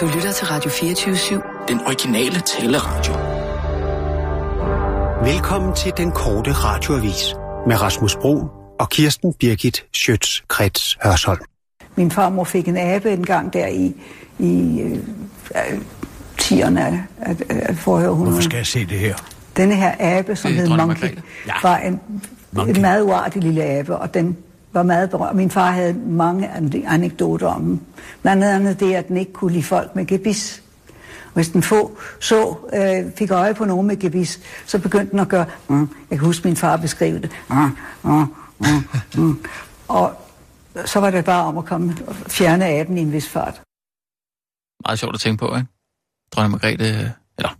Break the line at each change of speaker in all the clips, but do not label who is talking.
Du lytter til Radio 24-7.
Den originale taleradio.
Velkommen til den korte radioavis med Rasmus Bro og Kirsten Birgit Schøtz-Krets Hørsholm.
Min farmor fik en abe en gang der i, i øh, 10'erne af, af, af forrige århundrede.
Hvorfor skal jeg se det her?
Denne her abe, som
Det er
hed
Øh, dronning
Monkey,
Margrethe.
ja. var en, en meget uartig lille abe, og den var meget berømt. Min far havde mange an- anekdoter om den. Blandt andet det, at den ikke kunne lide folk med gebis. Hvis den få, så øh, fik øje på nogen med gebis, så begyndte den at gøre, mm, jeg kan huske min far beskrive det, mm, mm, mm, mm. og så var det bare om at komme og fjerne aben i en vis fart.
Meget sjovt at tænke på, ikke? Dronning Margrethe, øh, eller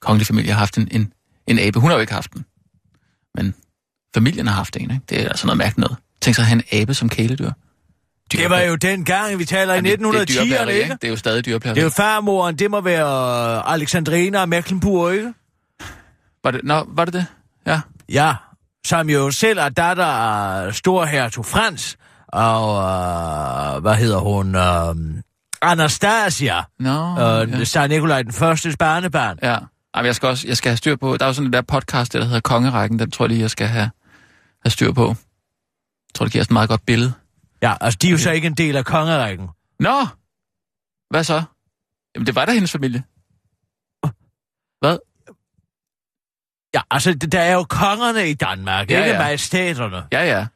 kongelig familie, har haft en, en, en abe. Hun har jo ikke haft den. Men familien har haft en, ikke? Det er altså noget mærkeligt noget. Tænk sig at have en abe som kæledyr.
Det var jo den gang, vi taler i
Jamen, det- det er
1910'erne,
dyrplageri,
ikke?
Det er jo stadig dyrplageri.
Det er jo farmoren, det må være øh, Alexandrina af Mecklenburg, ikke?
Var det, nå, var det det? Ja.
Ja, som jo selv er datter af storhertug Frans, og øh, hvad hedder hun? Øh, Anastasia,
Nå,
øh,
ja.
ja. Star Nikolaj den Førstes barnebarn.
Ja. Jamen, jeg skal også jeg skal have styr på... Der er jo sådan en der podcast, der hedder Kongerækken. Den tror jeg lige, jeg skal have, have styr på. Jeg tror, det giver sådan et meget godt billede.
Ja, altså de er jo så ikke en del af kongerækken.
Nå! Hvad så? Jamen, det var da hendes familie. Hvad?
Ja, altså der er jo kongerne i Danmark,
Ja,
ja, ikke
ja.
ja. majestæterne.
Ja, ja.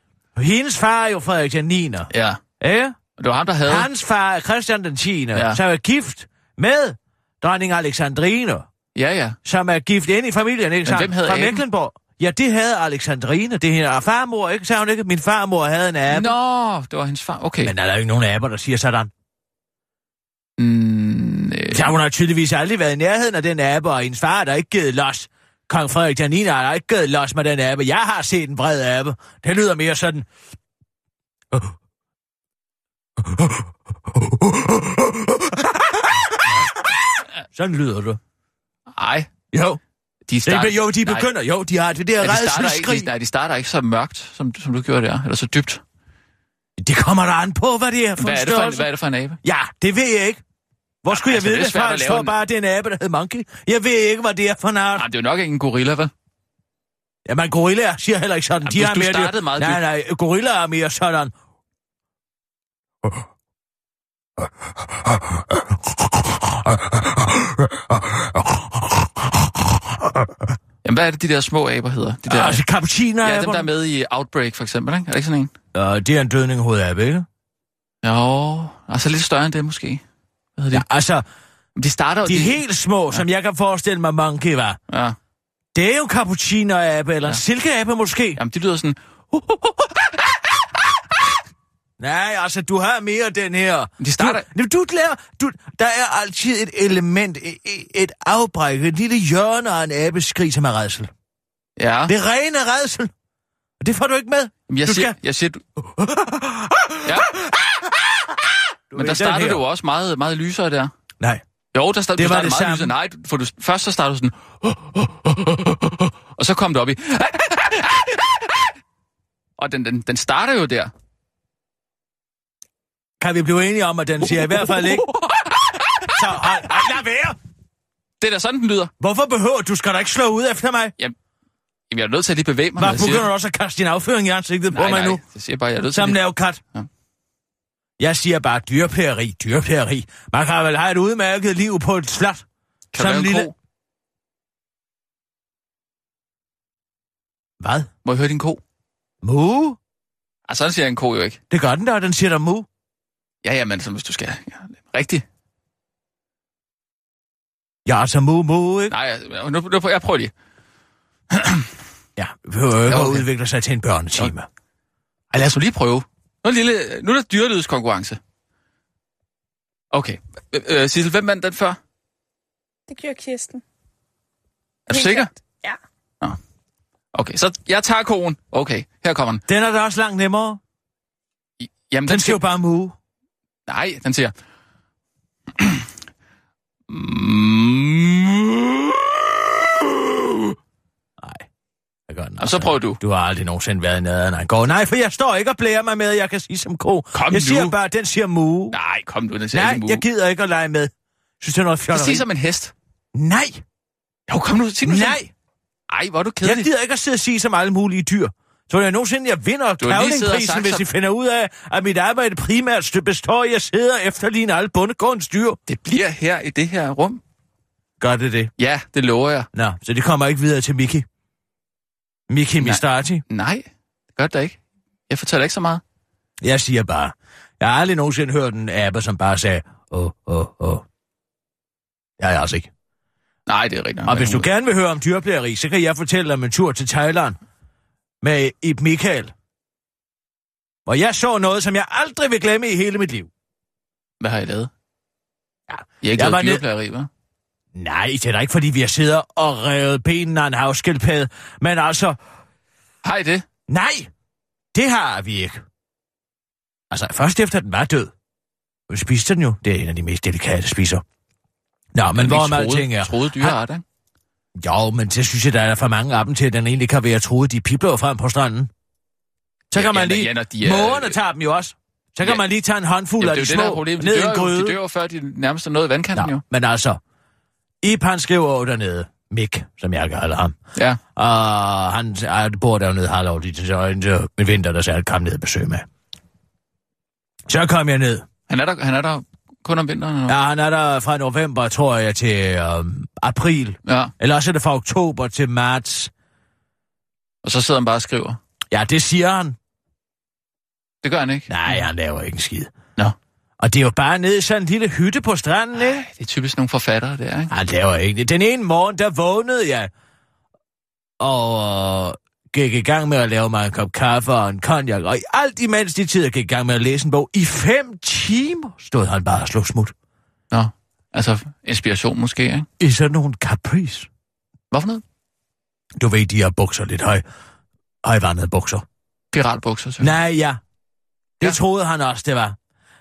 Hendes far er jo Frederik den 9.
Ja.
Ja.
Og Det var ham, der havde...
Hans far er Christian den 10.
Ja.
Ja. som er gift med dronning Alexandrine,
Ja, ja.
som er gift ind i familien, ikke
Men
sant?
hvem havde
Fra
aben?
Mecklenburg. Ja, det havde Alexandrine. Det er hendes farmor, ikke? Sagde hun ikke? Min farmor havde en abe.
Nå, det var hendes far. Okay.
Men er der jo ikke nogen aber, der siger sådan?
Mm, øh,
Ja, hun har tydeligvis aldrig været i nærheden af den abe, og hendes far har da ikke givet los. Kong Frederik den 9. har da ikke givet los med den abe. Jeg har set en bred abe. Det lyder mere sådan... Sådan lyder det.
Ej.
Jo.
De
Det er,
starter,
be- jo, de
nej.
begynder. Jo, de har det der
Ja, de starter
redselskrig.
ikke, nej, de starter ikke så mørkt, som, som du gjorde der, eller så dybt.
Det kommer der an på, hvad det er for
Hvad
en
er, det for en,
størrelse.
hvad er det for en abe?
Ja, det ved jeg ikke. Hvor skulle
altså, det
jeg vide
er
det
svært
fra?
at
Der
lave
står
en-
bare, at det er en abe, der hedder Monkey. Jeg ved ikke, hvad det er for en art.
Nej, det er jo nok ikke en gorilla, vel?
Jamen, gorillaer siger heller ikke
Jamen,
sådan. de
du-
har
du
mere,
startede
det-
meget
Nej,
dybt.
nej, gorillaer er mere sådan.
Jamen, hvad er det, de der små aber hedder? De der,
Ja, altså, kaputiner
ja, dem, der er med i Outbreak, for eksempel, ikke? Er det ikke sådan en?
Ja, det er en dødning hovedabe, ikke?
Jo, altså lidt større end det, måske. Hvad hedder
Ja,
de?
altså,
Ja. De starter jo...
de helt små, som jeg kan forestille mig, monkey var.
Ja.
Det er jo cappuccino-abe, eller ja. silkeabe måske.
Jamen, de lyder sådan...
Nej, altså, du har mere den her.
De starter-
Du, Jamen, du lærer, du, der er altid et element, et, et afbræk, et lille hjørne af en abeskrig, som er redsel.
Ja.
Det er rene redsel. Og det får du ikke med.
Jamen, jeg,
du
siger,
skal-
jeg siger... Du... Ja.
ved,
Men der
den
startede
her.
du også meget, meget lysere der.
Nej.
Jo, der stod,
Det
det du
var
var
det
meget
samme.
lysere. Nej, du- for du, først så startede du sådan... Og så kom du op i... Og den, den, den starter jo der.
Kan vi blive enige om, at den siger i hvert fald ikke? Så hold, hold, lad være!
Det er da sådan, den lyder.
Hvorfor behøver du? Skal da ikke slå ud efter mig?
Jamen, jeg er nødt til at lige bevæge mig,
Hvad
når jeg siger
begynder du
det.
også at kaste din afføring i ansigtet på
Nej,
mig
nej,
nu?
jeg siger bare, jeg er nødt til
Som
lige...
nervekat.
Ja.
Jeg siger bare dyrpæri, dyrpæri. Man kan vel have et udmærket liv på et slot.
Kan du lave en ko?
Hvad?
Må jeg høre din ko?
Mu?
Ah, sådan siger en ko jo ikke.
Det gør den der, den siger der mu.
Ja, ja, men så hvis du skal... Ja, rigtigt.
Ja, altså mu, mu, ikke?
Nej, jeg- nu, nu, jeg prøver lige.
Ja, vi behøver jo ikke
Ja,
at
okay.
udvikle sig til en børnetime.
Ej, lad os nu lige prøve. Nu er, en lille, nu er der dyrelydskonkurrence. Okay. Øh, øh, Sissel, hvem vandt den før?
Det gjorde Kirsten.
Er du sikker?
Ja.
Okay, så jeg tager koen. Okay, her kommer den.
Den er da også langt nemmere.
I- Jamen,
Den siger jo bare mu.
Nej, den siger...
Jeg gør den
Og så prøver du.
Du har aldrig nogensinde været i nærheden af en gård. Nej, for jeg står ikke og blærer mig med, at jeg kan sige som ko.
Kom
jeg
nu.
siger bare, at den siger mu.
Nej, kom nu, den siger
Nej,
ikke mu.
jeg gider ikke at lege med. Synes det er noget fjotteri?
Præcis som en hest.
Nej,
Jo, kom nu, sig nu
nej.
selv. Ej, hvor er du
Jeg
kedelig.
gider ikke at sidde og sige som alle mulige dyr. Så vil jeg nogensinde, jeg vinder
Du har lige siddet og
kavlingprisen,
sagt
hvis
som-
I finder ud af, at mit arbejde primært stø- består i at sidde og efterligne alle bundegårdens dyr.
Det bliver her i det her rum.
Gør det det?
Ja, det lover jeg.
Nå, så det kommer ikke videre til Miki. Miki Mistati.
Nej, det gør det da ikke. Jeg fortæller ikke så meget.
Jeg siger bare, jeg har aldrig nogensinde hørt en abe, som bare sagde, åh, åh, åh. Jeg er altså ikke.
Nej, det er rigtigt. nok.
Og hvis du gerne vil høre om dyrplageri, så kan jeg fortælle om en tur til Thailand med Ib Michael. Hvor jeg så noget, som jeg aldrig vil glemme i hele mit liv.
Hvad har I lavet?
Ja.
I har ikke
Jeg var
lavet
ned-
dyreplageri, hva'?
Nej, det er da ikke, fordi vi har siddet og revet benene af en havskildpadde. Men altså,
Har I det?
nej, det har vi ikke. Altså, først efter den var død. Nu spiste den jo. Det er en af de mest delikate spiser. Nå, men hvor med alting er.
Troede dyreart, ikke?
Jo, men så synes jeg, der er for mange af dem til, at den egentlig kan være troet, de pibler jo frem på stranden. Så
Ja,
kan man
ja,
lige...
ja, når de er-
Mågerne tager dem jo også. Så kan
Ja.
man lige tage en håndfuld
Jamen,
af
det er
de
jo det, der er
små
problemet. De
ned i
dør,
en
jo, de
gryde.
dør jo, før de nærmest er nået vandkanten, jo.
Nå, men altså, Ip han skriver jo dernede, Mick, som jeg kalder ham,
Ja.
og Ah, han ej, bor der jo nede i Harlov, det er så en, en vinter, der sagde, kom ned og besøg med. Så kom jeg ned.
Han er der, han er der kun om vinteren. eller
Ja, han er der fra november, tror jeg, til øhm, april.
hvad? ja.
Eller også er det fra oktober til marts.
Og så sidder han bare og skriver.
Ja, det siger han.
Det gør han ikke.
Nej, han laver ikke en skid.
Nå.
Og det er jo bare nede i sådan en lille hytte på stranden, ikke?
Det er typisk nogle forfattere, det er, ikke?
Han laver ikke det. Den ene morgen, der vågnede jeg, og øh, gik i gang med at lave mig en kop kaffe og en cognac, og i alt imens de tider gik i gang med at læse en bog, i fem timer stod han bare og slog smut.
Nå. Altså, inspiration måske, ikke?
I sådan nogle caprice.
Hvad for noget?
Du ved, de her bukser lidt høj, højvandede bukser.
Piratbukser, så.
Nej, ja. Det
Ja.
ja. troede han også, det var.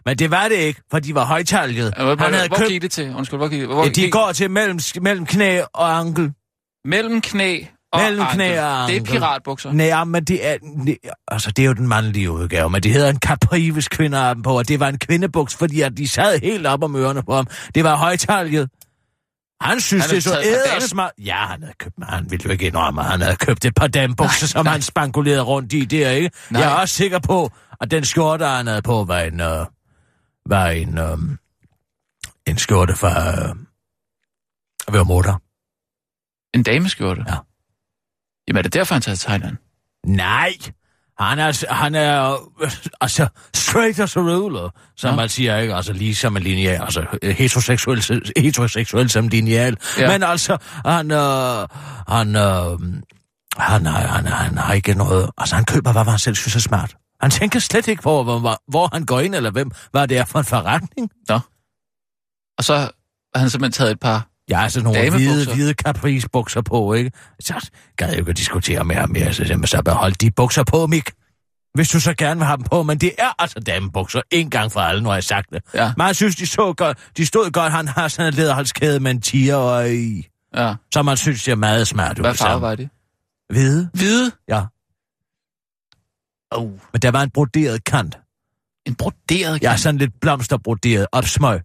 Men det var det ikke, for de var højtaljede.
Hvor, hvor,
Han havde
hvor
købt...
gik det til? Undskyld, hvor gik det? Hvor,
Ja, de
gik-
går til mellem, mellem knæ og ankel.
Mellem knæ og
Mellem knæ
ankel.
og
Det er
ankel.
piratbukser.
Nej, men det er... Nej, altså, det er jo den mandlige udgave, men det hedder en capri, hvis kvinder har dem på, og det var en kvindebuks, fordi at de sad helt op om ørerne på ham. Det var højtalget. Han synes,
Han
han det
havde
er så
taget et par dam.
ædersmart. Ja, han havde købt, men han ville jo ikke indrømme, at han havde købt et par dambukser, som
nej.
han spankulerede rundt i der, ikke?
Nej.
Nej. Jeg er også sikker på, at den skjorte, han havde på, var en... Øh, var en... Øh, en skjorte fra... Øh, Vermutter.
En dameskjorte?
Ja.
Jamen, er det derfor, han tager til Thailand?
Nej, han er, han er øh, altså straight as a ruler, som
Nå.
man siger, ikke? Altså lige som en lineal, altså øh, heteroseksuel, heteroseksuel som lineal.
Ja.
Ja. Men altså, han, øh, han, øh, han, har- han, han har ikke noget, altså han køber, hvad han selv synes er smart. Han tænker slet ikke på, hvor, hvor, hvor han går ind, eller hvem, hvad det er for en forretning.
Og så har han simpelthen taget et par...
Jeg har sådan nogle
Damebukser.
hvide, hvide caprice-bukser på, ikke? Så gad jeg jo ikke at diskutere med ham mere, så siger jeg, så behold de bukser på, Mik. Hvis du så gerne vil have dem på, men det er altså damebukser, en gang for alle, nu har jeg sagt det.
Ja.
Men jeg synes, de, så godt, de stod godt, han har sådan en læderhalskæde med en tiger og i,
Ja.
som man synes, det er meget smart. ud
Hvad farve
sammen.
var det?
Hvide,
Hvide.
ja.
Oh.
Men der var en broderet kant.
En broderet
Ja, sådan lidt blomsterbroderet, opsmøg.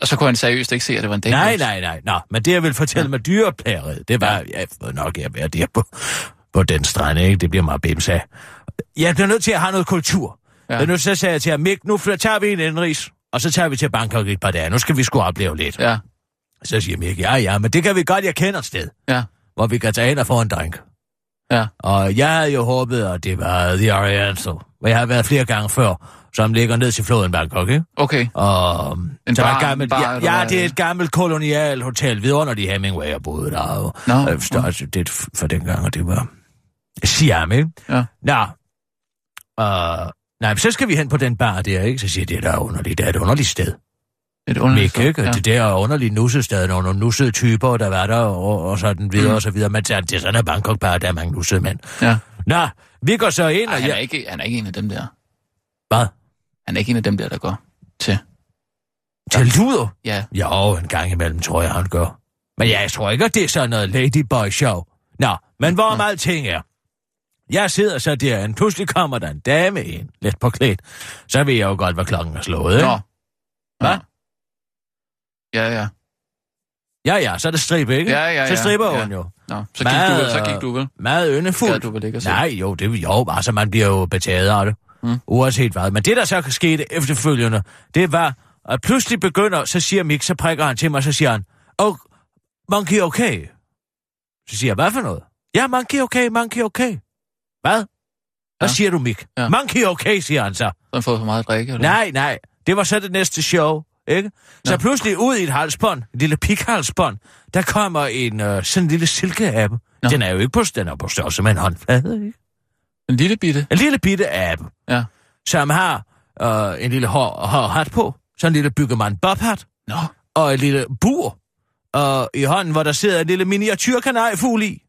Og så kunne han seriøst ikke se, at det var en dame.
Nej, nej, nej. Nå, men det, jeg ville fortælle
Ja.
ja. med dyreplageriet, det var, ja, for nok jeg være der på, på den strand, ikke? Det bliver meget bims af. Jeg bliver nødt til at have noget kultur.
Ja.
Ja. Men nu så sagde jeg til ham, Mik, nu fly- tager vi en indrigs, og så tager vi til Bangkok i et par dage. Nu skal vi sgu opleve lidt. Ja.
Ja,
Så siger Mik, ja, ja, men det kan vi godt, jeg kender et sted,
ja,
hvor vi kan tage hen og få en drink.
ja.
Og jeg havde jo håbet, at det var The Oriental, hvor jeg har været flere gange før, som ligger ned til floden Bangkok, ikke?
Okay.
Og
En
en
bar-
bar, gammel,
en bar,
bar,
eller
ja, ja,
hvad?
det er et gammelt kolonial hotel. Vidunderlig Hemingway har boet der. Og,
Nå,
øh, størst, det er f- for dengang, og det var Siam, ikke?
Ja.
Nå. Øh, nej, men så skal vi hen på den bar der, ikke? Så siger jeg, det er da underligt. Det er et underligt sted.
Et underligt.
Mik, ikke?
Ja.
Ja. Det der underlige nussested, nogle nogle nussede typer, der var der, og, og sådan videre,
Mm.
mm. og så videre. Men det er sådan, at Bangkok bare, der er mange nussede mænd.
Ja.
Nå, vi går så ind,
Ej,
og
han, er
jeg...
ikke, han er ikke en af dem der.
Hvad?
Han er ikke en af dem der, der går til.
Til luder?
Ja,
Jo, en gang imellem tror jeg, han gør. Men ja, jeg tror ikke, at det er sådan noget ladyboy-show. Nå, men hvor meget ting er. Jeg sidder så der, og pludselig kommer der en dame ind, lidt på klædt. Så ved jeg jo godt, hvad klokken er slået, ikke?
Nå.
Hva?
Ja. Ja, ja.
Ja, ja, så er det stribe, ikke?
Ja, ja, ja.
så striber
ja.
hun jo.
Nå, så gik, du, vel- så gik du vel.
Meget yndefuld.
Gad du vel ikke at se?
Nej, jo, det, jo, altså man bliver jo betaget af det.
Mm.
Mm. Uanset hvad. Men det, der så skete efterfølgende, det var, at pludselig begynder, så siger Mick, så prikker han til mig, så siger han, og monkey okay. Så siger jeg, hvad for noget? Ja, monkey okay, monkey okay. Hvad? Hvad
Ja.
ja. siger du, Mick?
Ja.
Ja. Monkey okay, siger han så.
Så har han fået for meget at drikke? Eller?
Nej, nej. Det var så det næste show, ikke? Så
Nå.
pludselig ud i et halsbånd, et lille pikhalsbånd, der kommer en øh, sådan en lille silkeabe.
Nå.
Den er jo ikke på, den er på størrelse med en håndflade, ikke?
En lille bitte?
En lille bitte abe,
Ja.
som har øh, en lille hår, hår hat på, sådan en lille byggemand bobhat,
Nå,
og et lille bur øh, i hånden, hvor der sidder en lille miniatyrkanariefugl i.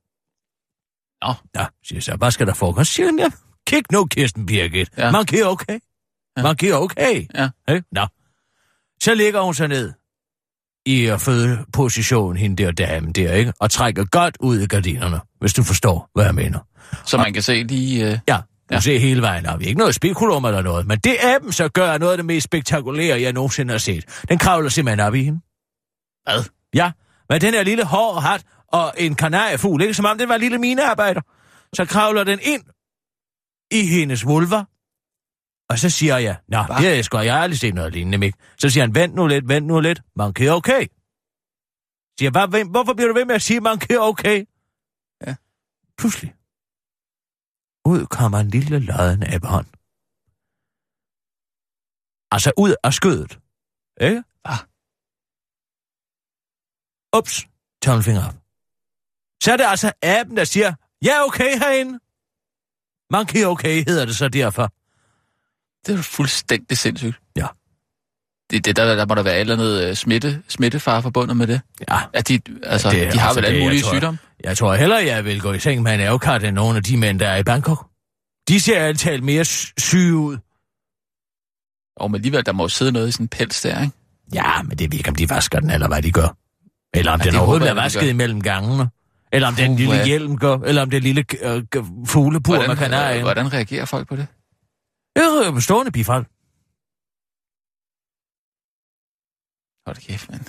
Nå.
Nå, siger jeg så, hvad skal der foregå? Så Siger han, ja, kig nu, Kirsten Birgit.
Ja.
Ja. Man giver okay.
Ja.
Ja. Man giver okay.
Ja.
Hey? Nå. Så ligger hun så ned i øh, fødeposition, hende der dame der, ikke? Og trækker godt ud i gardinerne, hvis du forstår, hvad jeg mener.
så man kan se lige... Øh,
Ja, du
Ja.
ja. ser hele vejen op. Ikke noget spekulum eller noget, men det aben så gør er noget af det mest spektakulære, jeg nogensinde har set. Den kravler simpelthen op i hende. Hvad? Ja, men den her lille hår hat og en kanariefugl, ikke som om den var en lille minearbejder, så kravler den ind i hendes vulva. Og så siger jeg, nå,
Hva?
det har jeg sgu jeg har aldrig set noget lignende, Mik. Så siger han, vent nu lidt, vent nu lidt, man kan okay. Siger, jeg, hvad, hvorfor bliver du ved med at sige, man kan okay?
Ja.
Pludselig ud kommer en lille lodden abehånd. Altså ud af skødet. Ikke?
Ah.
Ups, tommelfinger op. Så er det altså aben, der siger, ja okay herinde. Monkey okay hedder det så derfor.
det er jo fuldstændig sindssygt.
Ja.
Det, det der, der må der være et eller andet øh, smitte, smittefare forbundet med det.
Ja,
At de, altså,
Ja,
det,
det er
de har
altså
vel alle
det, jeg
mulige
tror.
sygdomme.
jeg tror heller, jeg vil gå i seng med en avokat end nogle af de mænd, der er i Bangkok. De ser alt talt mere sy- syge ud.
Og men alligevel, der må jo sidde noget i sådan en pels der, ikke?
Ja, men det ved ikke, om de vasker den, eller hvad de gør. Eller om
Ja,
ja, den
det
overhovedet
håber jeg,
bliver
de
vasket
gør.
imellem gangene. Eller om den
Puh,
lille
ja.
hjelm gør, eller om det lille øh, g- fuglebur med
Hvordan, øh,
kanarien.
hvordan reagerer folk på det?
Det er jo stående bifald.
Hold da kæft, mand.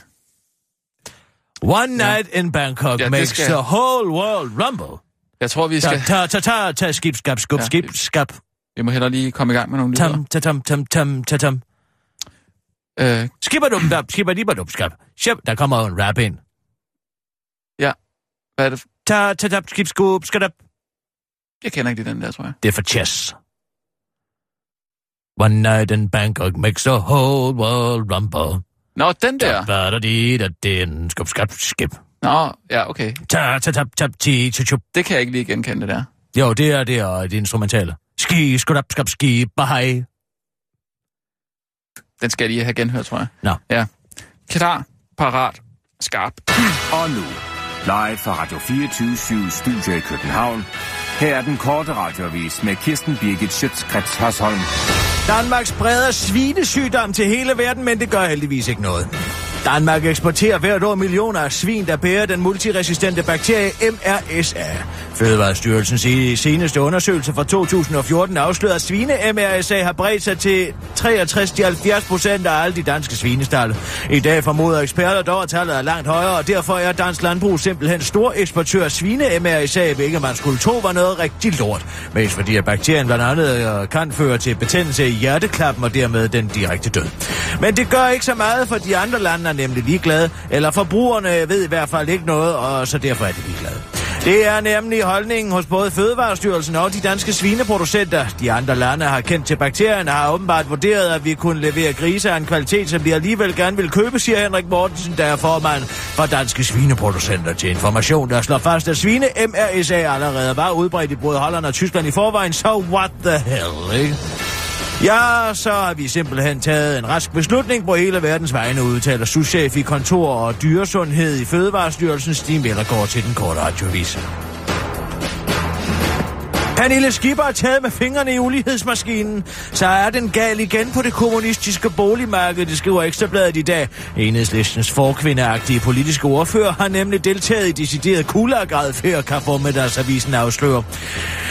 One
Ja.
night in Bangkok
Ja, det
makes
skal-
the whole world rumble.
Jeg tror, vi
Ta,
skal...
ta, ta, ta, ta, skib, skab, skub,
Ja.
skib, skab,
Vi må hellere lige komme i gang med nogle lyder.
tam, ta, tam, tam, tam, ta, tam.
Øh,
Skipper dum, dab, skipper dipper dum, skab. Shep, der kommer jo en rap ind.
hvad er det? for-
Ta, ta, ta, skib, skub, skadab.
Jeg kender ikke lige den der, tror jeg.
Det er for chess. One night in Bangkok makes the whole world rumble.
Nå, den der.
Hvad er det, der den skub, skab, skib.
Nå, ja, okay.
Ta, ta, tap, tap, ti, ti, chup.
Det kan jeg ikke lige genkende, det der.
Jo, det er det, og det er instrumentale. Ski, skudap, skab, ski, bye.
Den skal jeg lige have genhørt, tror jeg.
Nå.
Ja. Klar, parat, skarp.
Og nu, live fra Radio 24 Studio i København. Her er den korte radiovis med Kirsten Birgit Schøtzgrads Hasholm.
Danmark spreder svinesygdom til hele verden, men det gør heldigvis ikke noget. Danmark eksporterer hvert år millioner af svin, der bærer den multiresistente bakterie MRSA. Fødevarestyrelsens i- seneste undersøgelse fra 2014 afslører, at svine-MRSA har bredt sig til 63-70 procent af alle de danske svinestalde. I dag formoder eksperter dog, at tallet er langt højere, og derfor er dansk landbrug simpelthen stor eksportør af svine-MRSA, hvilket man skulle tro var noget rigtig lort. Mest fordi, at bakterien blandt andet øh, kan føre til betændelse i hjerteklappen og dermed den direkte død. Men det gør ikke så meget, for de andre lande er nemlig ligeglade, eller forbrugerne ved i hvert fald ikke noget, og så derfor er de ligeglade. Det er nemlig holdningen hos både Fødevarestyrelsen og de danske svineproducenter. De andre lande har kendt til bakterien og har åbenbart vurderet, at vi kunne levere grise af en kvalitet, som de alligevel gerne vil købe, siger Henrik Mortensen, der er formand for Danske Svineproducenter til information, der slår fast, at svine MRSA allerede var udbredt i både Holland og Tyskland i forvejen, så what the hell, ikke? Ja, så har vi simpelthen taget en rask beslutning på hele verdens vegne, udtaler souschef i kontor og dyresundhed i Fødevarestyrelsen, Stig Mellergaard til den korte radiovis. Pernille Skipper er taget med fingrene i ulighedsmaskinen. Så er den gal igen på det kommunistiske boligmarked, det skriver Ekstrabladet i dag. Enhedslistens forkvindeagtige politiske ordfører har nemlig deltaget i decideret kulakadfærd, kan formiddagsavisen afsløre.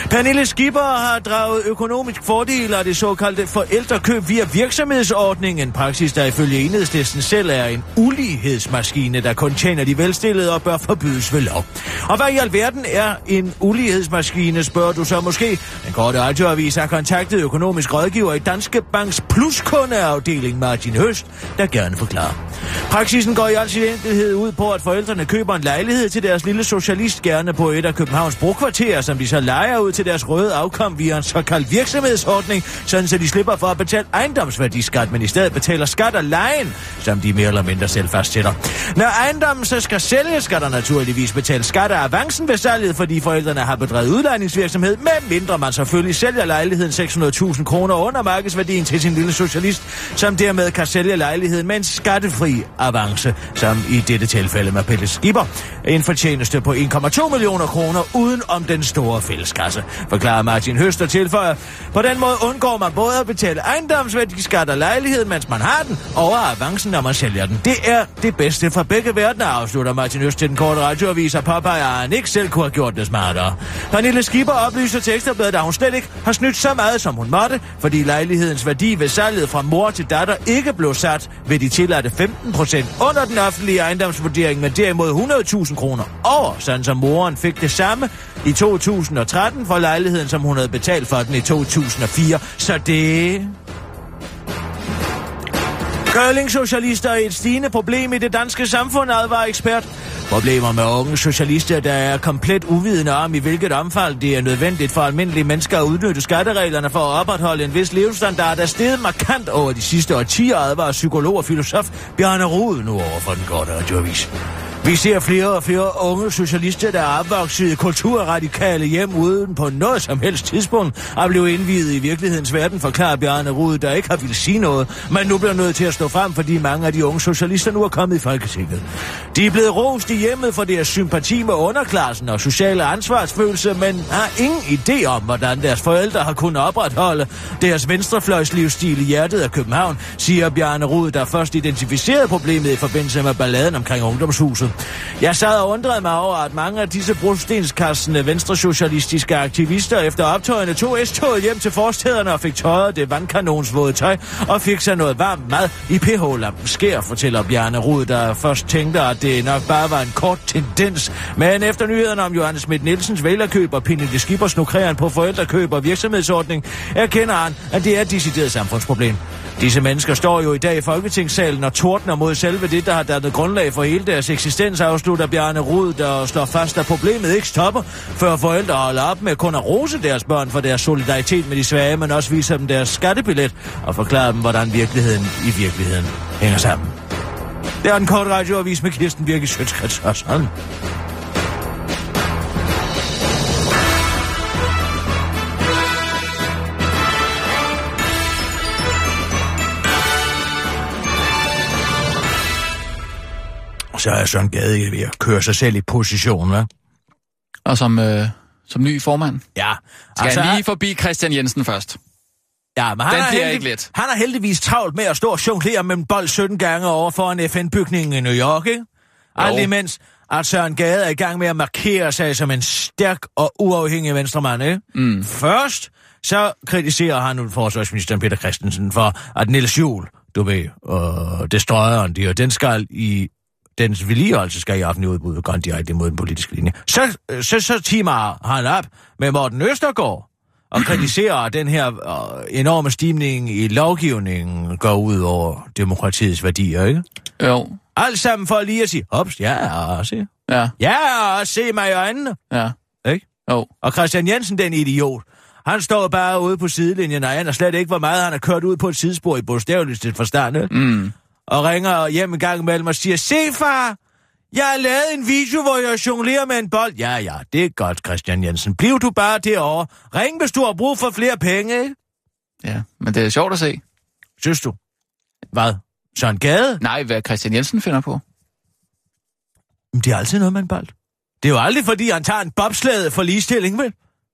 Pernille Skipper har draget økonomisk fordel af det såkaldte forældrekøb via virksomhedsordningen, en praksis, der ifølge Enhedslisten selv er en ulighedsmaskine, der kun tjener de velstillede og bør forbydes ved lov. Og hvad i alverden er en ulighedsmaskine, spørger du så måske? Den korte radioavis har kontaktet økonomisk rådgiver i Danske Banks pluskundeafdeling Martin Høst, der gerne forklarer. Praksisen går i al sin enkelhed ud på, at forældrene køber en lejlighed til deres lille socialist gerne på et af Københavns brokvarterer, som de så lejer ud til deres røde afkom via en såkaldt virksomhedsordning, sådan så de slipper for at betale ejendomsværdiskat, men i stedet betaler skat af lejen, som de mere eller mindre selv fastsætter. Når ejendommen så skal sælges, skal der naturligvis betale skat af avancen ved salget, fordi forældrene har bedrevet udlejningsvirksomhed, men mindre man selvfølgelig sælger lejligheden 600.000 kroner under markedsværdien til sin lille socialist, som dermed kan sælge lejligheden med en skattefri avance, som i dette tilfælde med Pelle Skipper. En fortjeneste på 1,2 millioner kroner uden om den store fælleskasse, forklarer Martin Høster tilføjer. På den måde undgår man både at betale ejendomsværdiskat og lejlighed, mens man har den, over avancen, når man sælger den. Det er det bedste fra begge verdener, afslutter Martin Høst til den korte radioavis og påpeger, at han ikke selv kunne have gjort det smartere. Pernille Skipper oplyser til Ekstrabladet, at hun slet ikke har snydt så meget, som hun måtte, fordi lejlighedens værdi ved salget fra mor til datter ikke blev sat ved de tilladte 15 procent under den offentlige ejendomsvurdering, men derimod 100.000 kroner over, sådan som moren fik det samme i 2013 for lejligheden, som hun havde betalt for den i 2004. Så det... Curling-socialister er et stigende problem i det danske samfund, advarer ekspert. Problemer med unge socialister, der er komplet uvidende om, i hvilket omfang det er nødvendigt for almindelige mennesker at udnytte skattereglerne for at opretholde en vis levestandard, er steget markant over de sidste årtier, advarer psykolog og filosof Bjarne Rud nu over for den korte radioavis. Vi ser flere og flere unge socialister, der er opvokset i kulturradikale hjem uden på noget som helst tidspunkt at blive indviet i virkelighedens verden, forklarer Bjarne Rud, der ikke har ville sige noget, men nu bliver nødt til at stå frem, fordi mange af de unge socialister nu er kommet i Folketinget. De er blevet rost i hjemmet for deres sympati med underklassen og sociale ansvarsfølelse, men har ingen idé om, hvordan deres forældre har kunnet opretholde deres venstrefløjslivsstil i hjertet af København, siger Bjarne Rud, der først identificerede problemet i forbindelse med balladen omkring ungdomshuset. Jeg sad og undrede mig over, at mange af disse brostenskassende venstresocialistiske aktivister efter optøjerne tog S-toget hjem til forstederne og fik tøjet det vandkanonsvåde tøj og fik sig noget varm mad i pH-lampen skær, fortæller Bjarne Rud, der først tænkte, at det nok bare var en kort tendens. Men efter nyhederne om Johannes Schmidt Nielsens vælgerkøb og Pernille Skippers nukreren på forældrekøb og virksomhedsordning, erkender han, at det er et decideret samfundsproblem. Disse mennesker står jo i dag i Folketingssalen og tordner mod selve det, der har dannet grundlag for hele deres eksistens, afslutter Bjarne Rud, der slår fast, at problemet ikke stopper, før forældre holder op med kun at rose deres børn for deres solidaritet med de svage, men også viser dem deres skattebillet og forklarer dem, hvordan virkeligheden i virkeligheden hænger sammen. Det er en kort radioavis med Kirsten Birke Sjøtskrets og sådan. Så er Søren Gade ved at køre sig selv i position, hva'?
Og som, øh, som ny formand.
Ja.
Skal altså, jeg lige forbi Christian Jensen først?
Ja, men han
Den
har,
bliver
heldig...
ikke let.
han har heldigvis travlt med at stå og jonglere med en bold 17 gange over for en FN-bygning i New York, ikke? Alt imens, at Søren Gade er i gang med at markere sig som en stærk og uafhængig venstremand, ikke? Mm. Først, så kritiserer han nu forsvarsministeren Peter Christensen for, at Niels Juhl, du ved, øh, destroyeren, de, og den skal i dens vedligeholdelse skal i offentlig udbud gå direkte mod den politiske linje. Så, øh, så, så timer han op med Morten Østergaard, og kritiserer, at den her øh, enorme stigning i lovgivningen går ud over demokratiets værdier, ikke?
Jo.
Alt sammen for lige at sige, hops, jeg er også, ikke?
Ja,
jeg er også, se mig i øjnene,
ja,
ikke?
jo.
Og Christian Jensen, den idiot, han står bare ude på sidelinjen, og han er slet ikke, hvor meget han har kørt ud på et sidespor i bogstaveligste forstand, ikke?
Mm.
og ringer hjem en gang imellem og siger, se far, jeg har lavet en video, hvor jeg jonglerer med en bold. Ja, ja, det er godt, Christian Jensen. Bliv du bare derovre. Ring, hvis du har brug for flere penge, ikke?
Ja, men det er sjovt at se.
synes du? Hvad? Søren Gade?
Nej, hvad Christian Jensen finder på.
Men det er altid noget med en bold. Det er jo aldrig, fordi han tager en bobslæde for ligestilling, vel?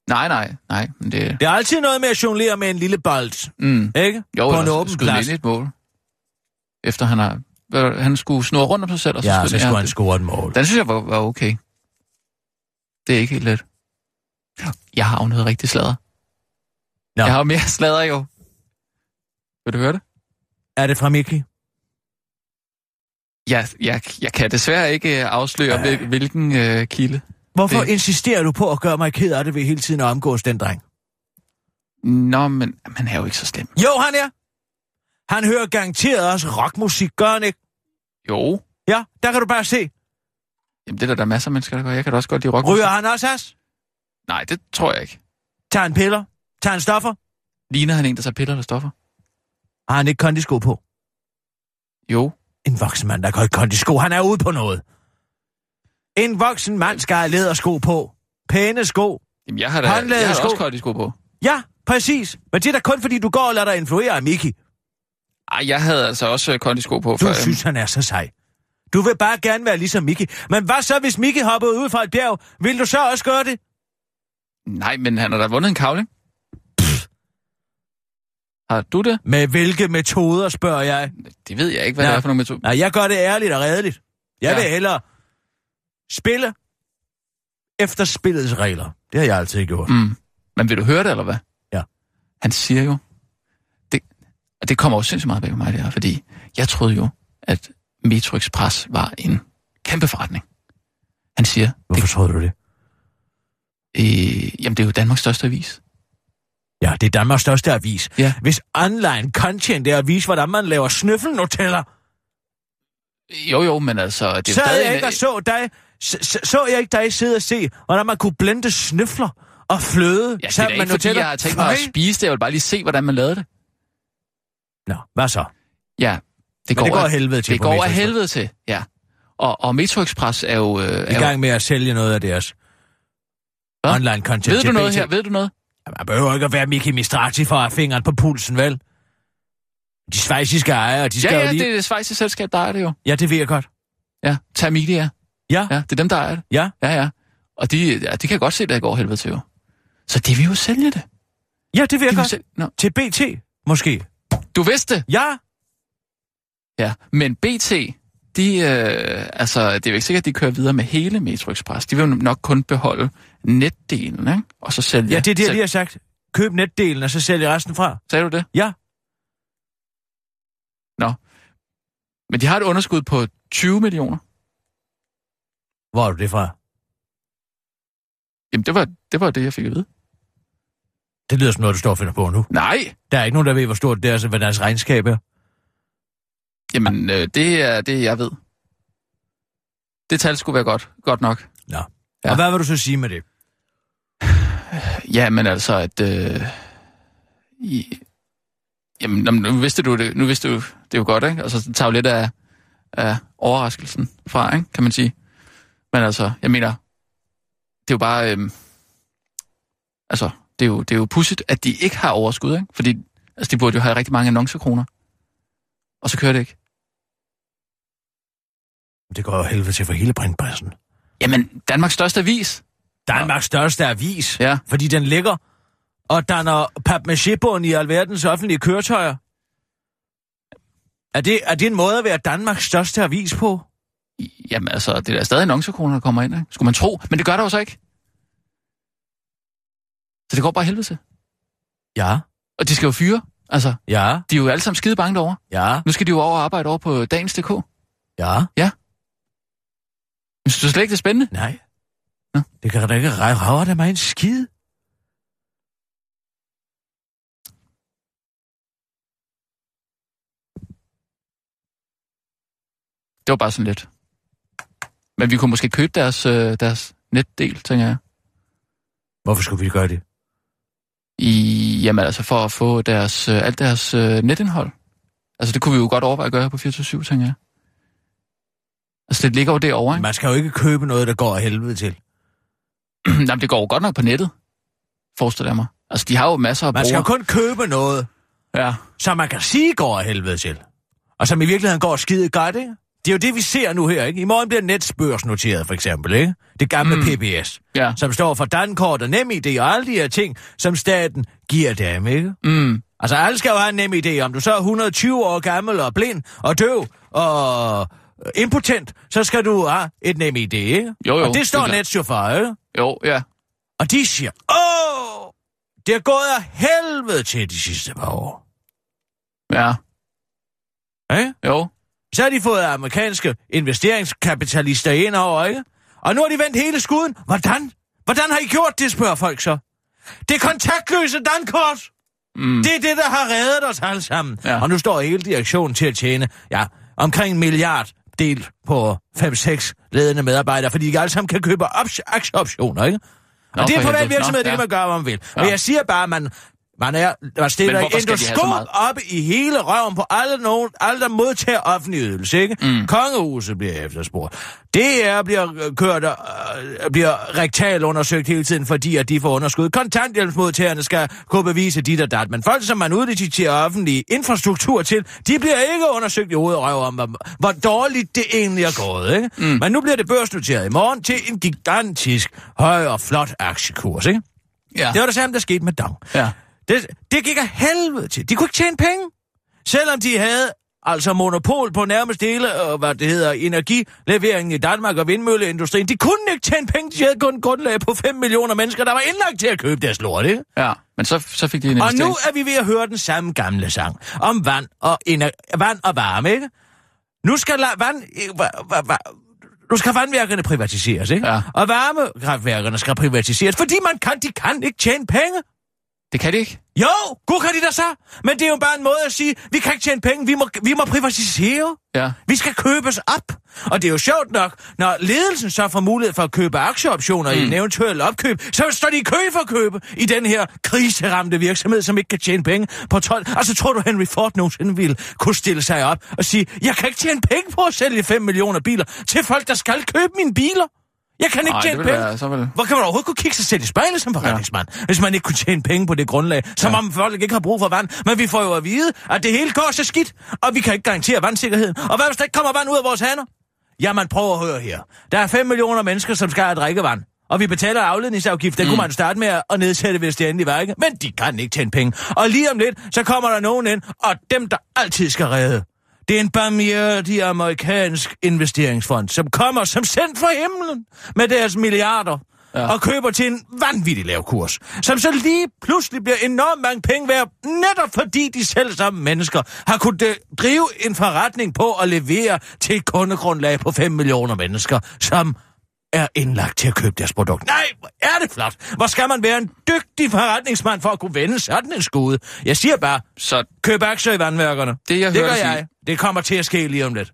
Nej, nej, nej. Men det,
Det er altid noget med at jonglere med en lille bold,
mm.
ikke?
Jo,
på
eller
en åben
skyde
plads.
ind i et mål. Efter han har... hvad var det, Han skulle snurre rundt om sig selv, og så
Ja, så skulle han
det.
score et mål.
Den synes jeg var, var okay. Det er ikke helt let. Jeg har jo noget rigtig sladder.
Nå.
Ja. Jeg har jo mere sladder jo. Vil du høre det?
Er det fra Mickey?
Jeg, jeg, jeg kan desværre ikke øh, afsløre, hvil- hvilken øh, kilde.
Hvorfor
Det-
insisterer du på at gøre mig ked af det ved hele tiden at omgås den dreng?
Nå, men man er jo ikke så slem.
Jo, han er. Han hører garanteret også rockmusik, gør han ikke?
Jo.
Ja, der kan du bare se.
Jamen, det er der, der er masser af mennesker, der gør. Jeg kan da også godt lide rock.
Ryger han også has?
Nej, det tror jeg ikke.
Tager han piller? Tager han stoffer?
Ligner han en, der tager piller eller stoffer?
Har han ikke kondisko på?
Jo.
En voksen mand, der går i kondisko, han er ude på noget. En voksen mand skal have lædersko på. Pæne sko.
Jamen, jeg har da,
Håndlade
jeg har da
sko.
også koldisko på.
Ja, præcis. Men det er da kun fordi, du går og lader dig influere af Mickey.
Ej, jeg havde altså også øh, kondisko på.
Du
før, øhm,
synes, han er så sej. Du vil bare gerne være ligesom Mickey. Men hvad så, hvis Mickey hoppede ud fra et bjerg? Vil du så også gøre det?
Nej, men han har da vundet en kavling. Har du det?
Med hvilke metoder, spørger jeg?
Det ved jeg ikke, hvad
Nej.
det er for nogle metoder.
Nej, jeg gør det ærligt og redeligt.
Ja.
Jeg ja. vil hellere spille efter spillets regler. Det har jeg altid gjort. Mm.
Mm. Men vil du høre det, eller hvad?
Ja.
Han siger jo... Det, og det kommer jo sindssygt meget bag på mig, det her, fordi jeg troede jo, at Metro Express var en kæmpe forretning. Han siger, det,
Hvorfor troede du det?
øh, jamen det er jo Danmarks største avis.
Ja, det er Danmarks største avis.
Ja.
Hvis online content er at vise, hvordan man laver snøffelnoteller,
Jo, jo, men altså... Det er jo
så
stadig
jeg
en-
ikke og så dig, så, så, så jeg ikke dig sidde og se, hvordan man kunne blende snøfler og fløde
Ja, det er da
sammen
ikke,
med
fordi
noteller.
jeg har tænkt mig at
Føj.
spise det. Jeg vil bare lige se, hvordan man lavede det.
Nå, hvad så?
Ja, det
Men
går,
det går
af-
af helvede til
Det
på
går
Metro
af
Express.
helvede til, ja. Og, og Metro Express er jo... Øh,
I
er jo
gang med at sælge noget af deres
Hvad?
online content.
ved du
til
noget
BT.
her? Ved du noget?
Man behøver ikke at være Mickey Mistrati for at have fingeren på pulsen, vel? De svejsiske ejere, de skal
Ja, ja,
jo lige...
det er det svejse selskab, der er det jo.
Ja, det ved jeg godt.
Ja, Tamidia.
Ja.
Ja, det er dem, der er det.
Ja.
Ja, ja. Og de, ja, de kan godt se, at det går helvede til jo. Så de vil jo sælge det.
Ja, det ved
De
jeg
vil
godt.
sælge... Nå,
Til BT, måske.
du vidste det.
Ja,
Ja, men BT, de, øh, altså, det er jo ikke sikkert, at de kører videre med hele Metro Express. De vil jo nok kun beholde netdelen, ikke? Og så sælge...
ja det er det, jeg
sælge-
lige har sagt. Køb netdelen, og så sælg resten fra.
Sagde du det?
Ja.
Nå. Men de har et underskud på 20 millioner.
Hvor er du det fra?
Jamen, det var, det var det, jeg fik at vide.
Det lyder som noget, du står og finder på nu.
Nej!
Der er ikke nogen, der ved, hvor stort det er, så hvad deres regnskab er.
Jamen, øh, det er det, jeg ved. Det tal skulle være godt, godt nok.
Nå.
Ja.
Ja. Og hvad vil du så sige med det?
Ja, men altså, at... Øh, i, jamen, nå, men nu vidste du det. Nu vidste du det er jo godt, ikke? Altså, det tager jo lidt af, af overraskelsen fra, ikke? Kan man sige. Men altså, jeg mener, det er jo bare... Øh, altså, det er, jo, det er jo pudsigt, at de ikke har overskud, ikke? Fordi altså, de burde jo have rigtig mange annoncekroner. Og så kører det ikke.
Det går jo helvede til for hele printpressen.
Jamen, Danmarks største avis.
Danmarks største avis.
Ja.
Fordi den ligger og danner papmachébånd i alverdens offentlige køretøjer. Er det, er det en måde at være Danmarks største avis på?
Jamen altså, det er da stadig annoncekroner, der kommer ind, ikke? Skulle man tro. Men det gør der jo så ikke. Så det går bare helvede til.
Ja,
Og de skal jo fyre. Altså,
ja,
de er jo alle sammen skide bange derovre.
ja,
Nu skal de jo over og arbejde over på dagens.dk.
ja.
Men synes du slet ikke, det er spændende?
Nej.
Nå.
Det kan da ikke rave det mig en skid.
Det var bare sådan lidt. Men vi kunne måske købe deres, øh, deres netdel, tænker jeg.
Hvorfor skulle vi gøre det?
I, jamen altså, for at få deres, øh, alt deres øh, netindhold. Altså, det kunne vi jo godt overveje at gøre her på 24 tænker jeg. Altså, det ligger jo derovre, ikke?
Man skal jo ikke købe noget, der går af helvede til.
Jamen, det går jo godt nok på nettet, forestiller jeg mig. Altså, de har jo masser af
Man skal jo
brugere.
kun købe noget,
Ja.
som man kan sige går af helvede til. Og som i virkeligheden går skide godt, ikke? Det er jo det, vi ser nu her, ikke? I morgen bliver Netsbørs noteret, for eksempel, ikke? Det gamle mm. PBS,
Ja.
som står for Dankort og NemID og alle de her ting, som staten giver dem, ikke?
Mm.
Altså, alle skal jo have en nem idé om. Du så er 120 år gammel og blind og døv og øh, impotent, så skal du have et nem idé, ikke?
Jo, jo,
og det står
det er
Nets jo for, ikke?
Jo, ja.
Og de siger, åh, det er gået af helvede til de sidste par år.
Ja.
Ikke?
Jo.
Så har de fået amerikanske investeringskapitalister ind over, ikke? Og nu har de vendt hele skuden. Hvordan? Hvordan har I gjort det, spørger folk så. Det er kontaktløse dankort.
Mm.
Det er det, der har reddet os alle sammen. Ja.
Ja.
Og nu står hele direktionen til at tjene ja, omkring en milliard del på 5-6 ledende medarbejdere, fordi de alle sammen kan købe ops- aktieoptioner, ikke? Og
Nå,
det er
for
privat
helvede.
virksomhed,
Nå,
det kan
ja.
man gøre, hvad man vil. Ja.
Ja.
Men jeg siger bare, at man, man, er, man
Men
stiller et
hvorfor skal de have så
endoskop
meget?
op i hele røven på alle, nogen, alle der modtager offentlig ydelse, ikke? Mm. Kongehuset bliver efterspurgt. Det er bliver øh, kørt og øh, bliver rektal undersøgt hele tiden, fordi at de får underskud. Kontanthjælpsmodtagerne skal kunne bevise dit og dat, men folk, som man udliciterer offentlig infrastruktur til, de bliver ikke undersøgt i hovedet og røv om, hvor- hvor dårligt det egentlig er gået, ikke? Mm. Men nu bliver det børsnoteret i morgen til en gigantisk, høj og flot aktiekurs, ikke?
Ja.
Det var det samme, der skete med Dong.
Ah. Ja.
Det, det gik af helvede til. De kunne ikke tjene penge. Selvom de havde altså monopol på nærmest hele, og hvad det hedder, energileveringen i Danmark og vindmølleindustrien. De kunne ikke tjene penge. De havde kun et grundlag på 5 millioner mennesker, der var indlagt til at købe deres lort, ikke?
Ja. Men så, så fik de en
Og nu
investering.
er vi ved at høre den samme gamle sang om vand og, ener- vand og varme, ikke? Nu skal, la- vand, eh, va- va- va- nu skal vandværkerne privatiseres, ikke?
Ja.
Og varmekraftværkerne skal privatiseres, fordi man kan, de kan ikke tjene penge.
Det kan de ikke.
Jo, god kan de da så. Men det er jo bare en måde at sige, vi kan ikke tjene penge, vi må, vi må privatisere.
Ja.
Vi skal købes op. Og det er jo sjovt nok, når ledelsen så får mulighed for at købe aktieoptioner mm. i en eventuel opkøb, så står de i kø for at købe i den her kriseramte virksomhed, som ikke kan tjene penge på 12. Og så tror du, Henry Ford nogensinde ville kunne stille sig op og sige, jeg kan ikke tjene penge på at sælge 5 millioner biler til folk, der skal købe mine biler. Jeg kan ikke
Ej, det
tjene
ville
penge.
være, så ville...
Hvor kan man overhovedet kunne kigge sig selv i spejlet som forretningsmand, ja. hvis man ikke kunne tjene penge på det grundlag? Som ja. om folk ikke har brug for vand. Men vi får jo at vide, at det hele går så skidt, og vi kan ikke garantere vandsikkerheden. Og hvad hvis der ikke kommer vand ud af vores hænder? Jamen, prøv at høre her. Der er 5 millioner mennesker, som skal have drikkevand. Og vi betaler afledningsafgift, det mm. kunne man starte med at nedsætte, hvis det endelig var, ikke? Men de kan ikke tjene penge. Og lige om lidt, så kommer der nogen ind, og dem, der altid skal redde, det er en barmhjertig amerikansk investeringsfond, som kommer som sendt fra himlen med deres milliarder ja. og køber til en vanvittig lav kurs, som så lige pludselig bliver enormt mange penge værd, netop fordi de selv samme mennesker har kunnet øh, drive en forretning på at levere til et kundegrundlag på 5 millioner mennesker, som er indlagt til at købe deres produkt. Nej, hvor er det flot. Hvor skal man være en dygtig forretningsmand for at kunne vende sådan en skude? Jeg siger bare,
Så
køb aktier i vandværkerne.
Det, jeg
det
hører
gør
dig sige-
jeg. Det kommer til at ske lige om lidt.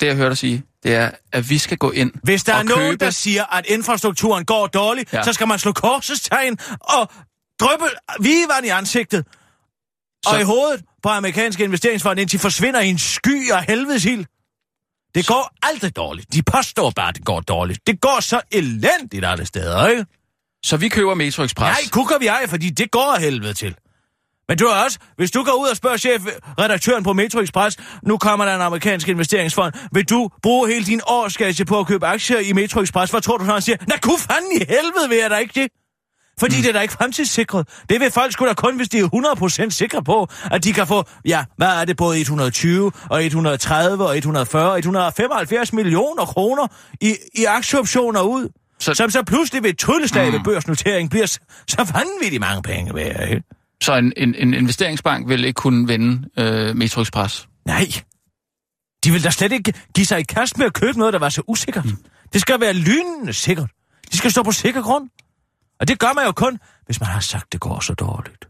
det, jeg hørte dig sige, det er, at vi skal gå ind
Hvis der
og
er nogen,
købe...
der siger, at infrastrukturen går dårligt, ja.
Ja.
så skal man slå korsestegn og drøbe vigevand i ansigtet så... og
Så-
i hovedet på amerikanske investeringsfond, indtil de forsvinder i en sky og helvedes ild. Det går aldrig dårligt. De påstår bare, at det går dårligt. Det går så elendigt alle steder, ikke?
Så vi køber Metro Express.
Nej, kukker vi ej, fordi det går af helvede til. Men du har også, hvis du går ud og spørger chefredaktøren på Metro Express, nu kommer der en amerikansk investeringsfond, vil du bruge hele din årskage på at købe aktier i Metro Express? Hvad tror du, når han siger, nej, kunne fanden i helvede vil jeg da ikke det? Fordi mm. det er da ikke fremtidssikret. Det vil folk sgu da kun, hvis de er 100% sikre på, at de kan få, ja, hvad er det, både 120 og 130 og 140 og 175 millioner kroner i, i aktieoptioner ud.
Så-
Så... Som så pludselig ved et trylleslag mm. ved børsnotering bliver s- så vanvittigt mange penge værd, ikke?
Så en, en, en investeringsbank vil ikke kunne vende øh, Metro Express.
Nej. De vil da slet ikke give sig i kast med at købe noget, der var så usikkert. Mm. Det skal være lynende sikkert. De skal stå på sikker grund. Og det gør man jo kun, hvis man har sagt, det går så dårligt.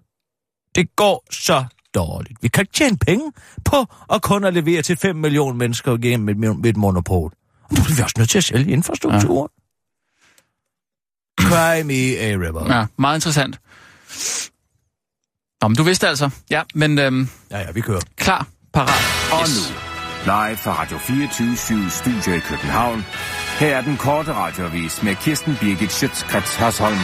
Det går så dårligt. Vi kan ikke tjene penge på at kun at levere til 5 millioner mennesker gennem et, mon- et monopol. Nu bliver vi også nødt til at sælge infrastrukturen. Ja. Cry me a river. Ja.
Ja, meget interessant. Nå, men du vidste altså. Ja, men øhm,
ja, ja, vi kører.
klar, parat.
Og nu, live fra Radio 24 Studio i København. Her er den korte radiovis med Kirsten Birgit Schøtzgrads Hasholm.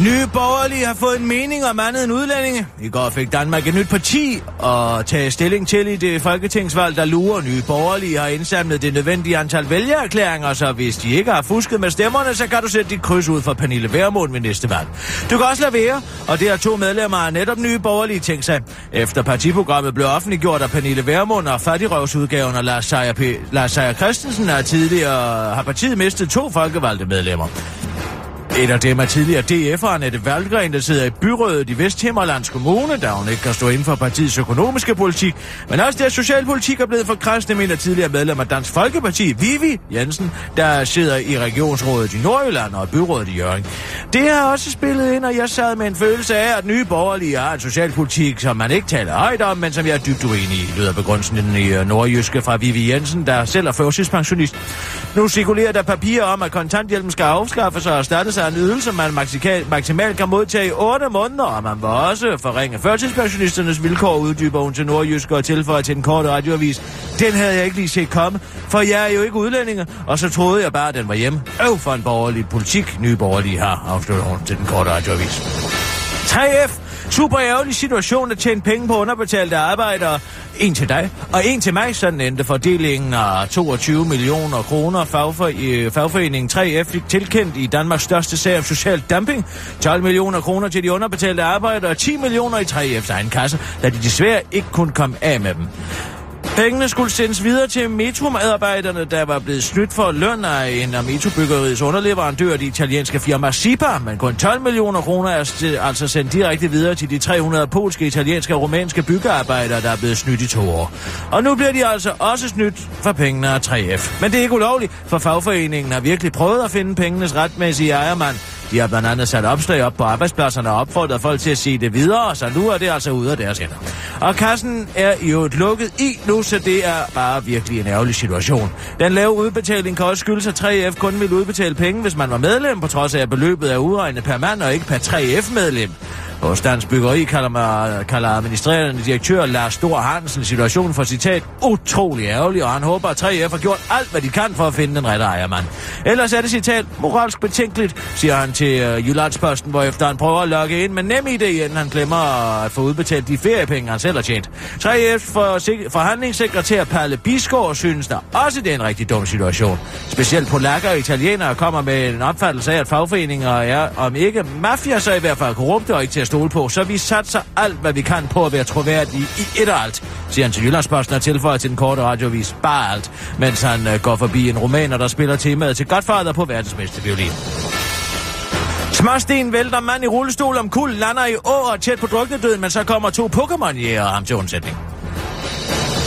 Nye borgerlige har fået en mening om andet end udlændinge. I går fik Danmark et nyt parti og tage stilling til i det folketingsvalg, der lurer. Nye borgerlige har indsamlet det nødvendige antal vælgererklæringer, så hvis de ikke har fusket med stemmerne, så kan du sætte dit kryds ud for Pernille Vermund ved næste valg. Du kan også lade være, og det har to medlemmer af netop Nye Borgerlige tænkt sig. Efter partiprogrammet blev offentliggjort af Pernille Vermund og fattigrøvsudgaven og Lars Seier, P- Lars Seier Christensen har tidligere har partiet mistet to folkevalgte medlemmer. Et af dem er tidligere DF'er Annette Valgren, der sidder i byrådet i Vesthimmerlands Kommune, da hun ikke kan stå inden for partiets økonomiske politik. Men også der socialpolitik er blevet for kræst, det mener tidligere medlem af Dansk Folkeparti, Vivi Jensen, der sidder i regionsrådet i Nordjylland og i byrådet i Jørgen. Det har også spillet ind, og jeg sad med en følelse af, at nye borgerlige har en socialpolitik, som man ikke taler højt om, men som jeg er dybt uenig i, lyder begrundelsen i øh, Nordjyske fra Vivi Jensen, der selv er førtidspensionist. Nu cirkulerer der papirer om, at kontanthjælpen skal afskaffes og erstattes af en ydelse, man maksikal- maksimalt kan modtage i 8 måneder, og man vil også forringe førtidspensionisternes vilkår, uddyber hun til Nordjyske og tilføjer til en kort radioavis. Den havde jeg ikke lige set komme, for jeg er jo ikke udlændinge, og så troede jeg bare, at den var hjemme. Øv for en borgerlig politik, nye borgerlige har, afslutter hun til den korte radioavis. 3F. Super ærgerlig situation at tjene penge på underbetalte arbejdere. En til dig, og en til mig, sådan endte fordelingen af 22 millioner kroner. Fagfor, øh, fagforeningen 3F fik tilkendt i Danmarks største sag om social dumping. 12 millioner kroner til de underbetalte arbejdere og 10 millioner i 3F's egen kasse, da de desværre ikke kunne komme af med dem. Pengene skulle sendes videre til metromedarbejderne, der var blevet snydt for løn af en af metrobyggeriets underleverandør, det italienske firma SIPA, men kun 12 millioner kroner er st- altså sendt direkte videre til de 300 polske, italienske og rumænske byggearbejdere, der er blevet snydt i to år. Og nu bliver de altså også snydt for pengene af 3F. Men det er ikke ulovligt, for fagforeningen har virkelig prøvet at finde pengenes retmæssige ejermand. De har blandt andet sat opslag op på arbejdspladserne og opfordret folk til at se det videre, så nu er det altså ude af deres hænder. Og kassen er i øvrigt lukket i nu, så det er bare virkelig en ærgerlig situation. Den lave udbetaling kan også skyldes, at 3F kun ville udbetale penge, hvis man var medlem, på trods af, at beløbet er udregnet per mand og ikke per 3F-medlem. Hos Dansk Byggeri kalder, man, kalder administrerende direktør Lars Stor Hansen situationen for citat utrolig ærgerlig, og han håber, at 3F har gjort alt, hvad de kan for at finde den rette ejermand. Ellers er det citat moralsk betænkeligt, siger han til øh, Jyllandsposten, hvor efter han prøver at logge ind med nem idé, inden han glemmer at få udbetalt de feriepenge, han selv har tjent. 3F for, forhandlingssekretær Palle Bisgaard synes der også, det er en rigtig dum situation. Specielt polakker og italienere kommer med en opfattelse af, at fagforeninger er, om ikke mafia, så i hvert fald korrupte og ikke til at stole på, så vi satser alt, hvad vi kan på at være troværdige i et og alt, siger han til Jyllandsposten og tilføjer til den korte radiovis bare alt, mens han øh, går forbi en romaner, der spiller temaet til Godfather på verdensmesterviolin. Småsten vælter mand i rullestol om kul, lander i å og er tæt på druknedøden, men så kommer to Pokémon-jæger ham til undsætning.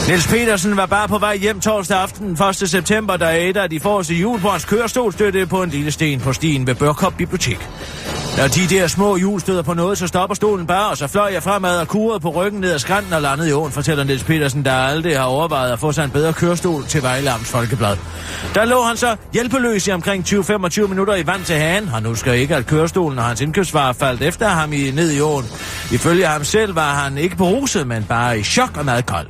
Niels Petersen var bare på vej hjem torsdag aften den 1. september, da et af de forreste hjul på hans kørestol støttede på en lille sten på stien ved Børkop Bibliotek. Når de der små hjul støder på noget, så stopper stolen bare, og så fløj jeg fremad og kurede på ryggen ned ad skrænten og landede i åen, fortæller Niels Petersen, der aldrig har overvejet at få sig en bedre kørestol til Vejle Amts Folkeblad. Der lå han så hjælpeløs i omkring 20-25 minutter i vand til hagen. Han husker ikke, at kørestolen og hans indkøbsvarer faldt efter ham i, ned i åen. Ifølge ham selv var han ikke beruset, men bare i chok og meget kold.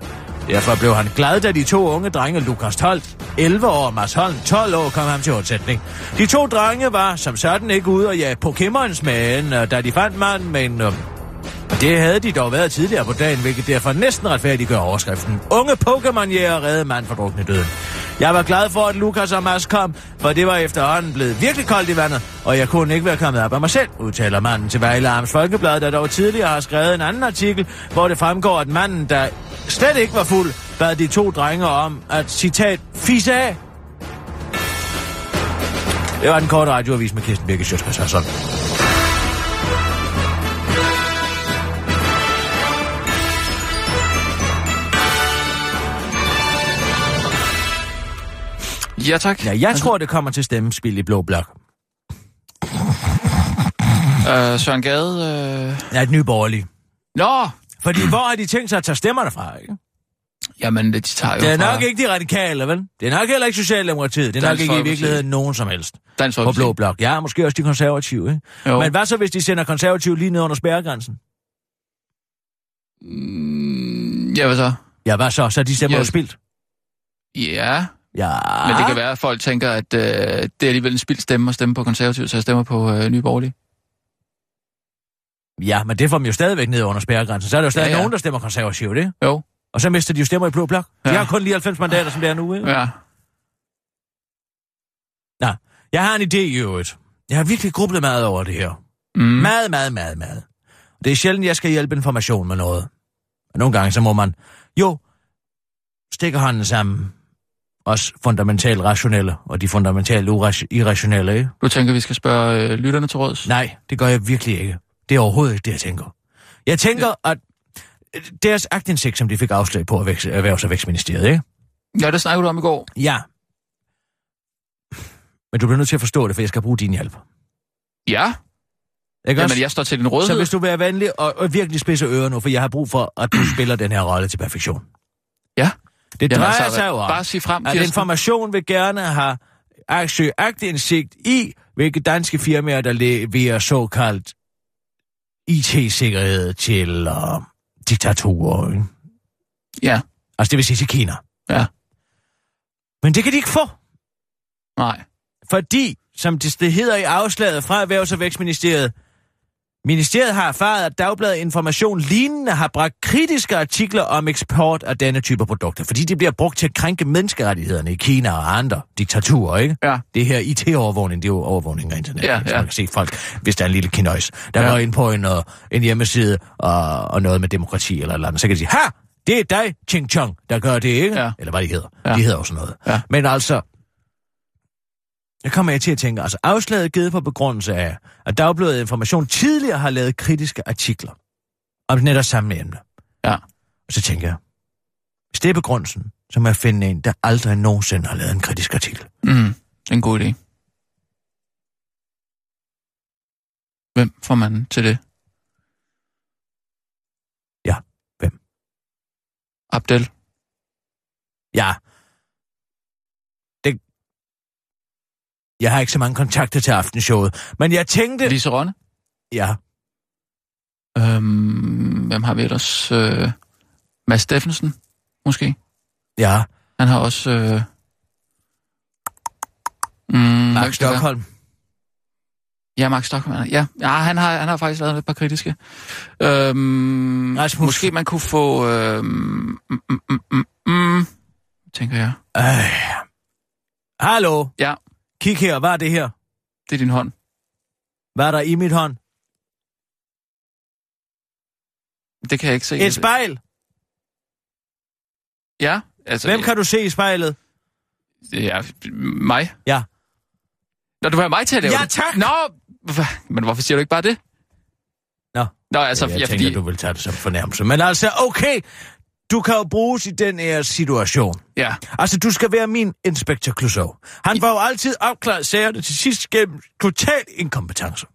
Derfor blev han glad, da de to unge drenge, Lukas Holt, 11 år og Mads Holm, 12 år, kom ham til undsætning. De to drenge var som sådan ikke ude og jage Pokémons med øh, da de fandt manden, men øh, det havde de dog været tidligere på dagen, hvilket derfor næsten retfærdiggør overskriften. Unge Pokémon-jæger redde mand fra drukne døden. Jeg var glad for, at Lukas og Mads kom, for det var efterhånden blevet virkelig koldt i vandet, og jeg kunne ikke være kommet op af mig selv, udtaler manden til Vejle Arms Folkeblad, der dog tidligere har skrevet en anden artikel, hvor det fremgår, at manden, der slet ikke var fuld, bad de to drenge om at, citat, fisse af. Det var den korte radioavis med Kirsten Birke Sjøtskrids
Ja, tak.
Ja, jeg tror, det kommer til stemmespil i Blå Blok.
Øh, Søren Gade... Øh...
Ja, et nyborgerlig.
Nå!
Fordi hvor har de tænkt sig at tage stemmerne fra, ikke?
Jamen, de tager jo
Det er
fra
nok ikke de radikale, vel? Det er nok heller ikke Socialdemokratiet. Det er
Dansk
nok ikke i
Folkeparti.
virkeligheden nogen som helst.
Dansk
På
Folkeparti.
Blå Blok. Ja, måske også de konservative, ikke?
Jo.
Men hvad så, hvis de sender konservative lige ned under spærregrænsen?
Ja, hvad så?
Ja, hvad så? Så er de stemmer
Ja.
jo spildt.
Ja,
Ja.
men det kan være, at folk tænker, at øh, det er alligevel en spild stemme at stemme på konservativt, så jeg stemmer på øh, Nye Borgerlige.
Ja, men det får dem jo stadigvæk ned under spærregrænsen. Så er der jo stadig
Ja,
ja,
ja.
ja. nogen, der stemmer konservativt, ikke?
Jo.
Og så mister de jo stemmer i Blå Blok. De
Ja.
har kun lige 90 mandater, som det er nu, ikke?
Ja.
Nå, jeg har en idé i øvrigt. Jeg har virkelig grublet meget over det her. Mm.
Mm.
Meget, meget, meget, meget. Og det er sjældent, jeg skal hjælpe information med noget. Men nogle gange, så må man jo stikke hånden sammen. Også fundamentalt rationelle, og de fundamentalt uras- irrationelle, ikke?
Du tænker, vi skal spørge øh, lytterne til råds?
Nej, det gør jeg virkelig ikke. Det er overhovedet ikke det, jeg tænker. Jeg tænker, at øh, deres agtindsigt, som de fik afslag på af Vækst- Erhvervs- og Vækstministeriet, ikke?
Ja, det snakkede du om i går.
Ja. Men du bliver nødt til at forstå det, for jeg skal bruge din hjælp.
Ja,
Ikke
Jamen, jeg står til din rådighed.
Så hvis du vil være venlig og, og virkelig spidse ører nu, for jeg har brug for, at du spiller den her rolle til perfektion.
Ja.
Det
Jamen,
drejer
altså,
sig jo om,
Bare sig frem,
at
Kirsten.
information vil gerne have ak- søge agtindsigt i, hvilke danske firmaer, der leverer såkaldt IT-sikkerhed til uh, diktaturer. Ikke?
Ja,
Altså det vil sige til Kina.
Ja.
Men det kan de ikke få,
nej.
fordi, som det, det hedder i afslaget fra Erhvervs- og Vækstministeriet, Ministeriet har erfaret, at Dagbladet Information lignende har bragt kritiske artikler om eksport af denne type produkter, fordi de bliver brugt til at krænke menneskerettighederne i Kina og andre diktaturer, ikke?
Ja.
Det her IT-overvågning, det er jo overvågning af internettet,
Ja,
ikke? så
ja.
man kan se folk, hvis der er en lille kinøjs, der
Ja.
går ind på en, uh, en hjemmeside og, og noget med demokrati eller et eller andet, så kan de sige, ha, det er dig, Ching Chong, der gør det, ikke?
Ja.
Eller hvad de hedder.
Ja.
De hedder også noget.
Ja.
Men altså, jeg kommer jeg til at tænke, altså afslaget er givet på begrundelse af, at Dagbladet Information tidligere har lavet kritiske artikler om netop samme emne.
Ja.
Og så tænker jeg, hvis det er begrundelsen, så må jeg finde en, der aldrig nogensinde har lavet en kritisk artikel.
Mm. Det er en god idé. Hvem får man til det?
Ja, hvem?
Abdel.
Ja. Det... Jeg har ikke så mange kontakter til aftenshowet, men jeg tænkte...
Lise Rønne.
Ja,
Øhm, hvem har vi ellers? Øh, Mads Steffensen, måske.
ja.
Han har også... Øh... Mm,
Mark
hvem er det der?
Stockholm.
Ja, Mark Stockholm. han er- Ja, ja han, har, han har faktisk lavet et par kritiske. Øhm,
Rasmus.
Måske man kunne få... Øhm, mm, mm, mm, mm, mm, tænker jeg.
Øh. Hallo?
Ja.
Kig her, hvad er det her?
Det er din hånd.
Hvad er der i mit hånd?
Det kan jeg ikke se.
Et spejl.
Ja. Altså,
Hvem kan du se i spejlet?
Ja, mig.
Ja.
Nå, du vil have mig til at lave
Ja,
det?
tak!
Nå, hva- men hvorfor siger du ikke bare det?
Nå.
Nå, altså,
jeg
ja,
tænker,
fordi...
du vil tage det som fornærmelse. Men altså, okay, du kan jo bruges i den her situation.
Ja,
Altså, du skal være min inspektor Clouseau. Han var jo altid opklaret sagerne til sidst gennem total inkompetence.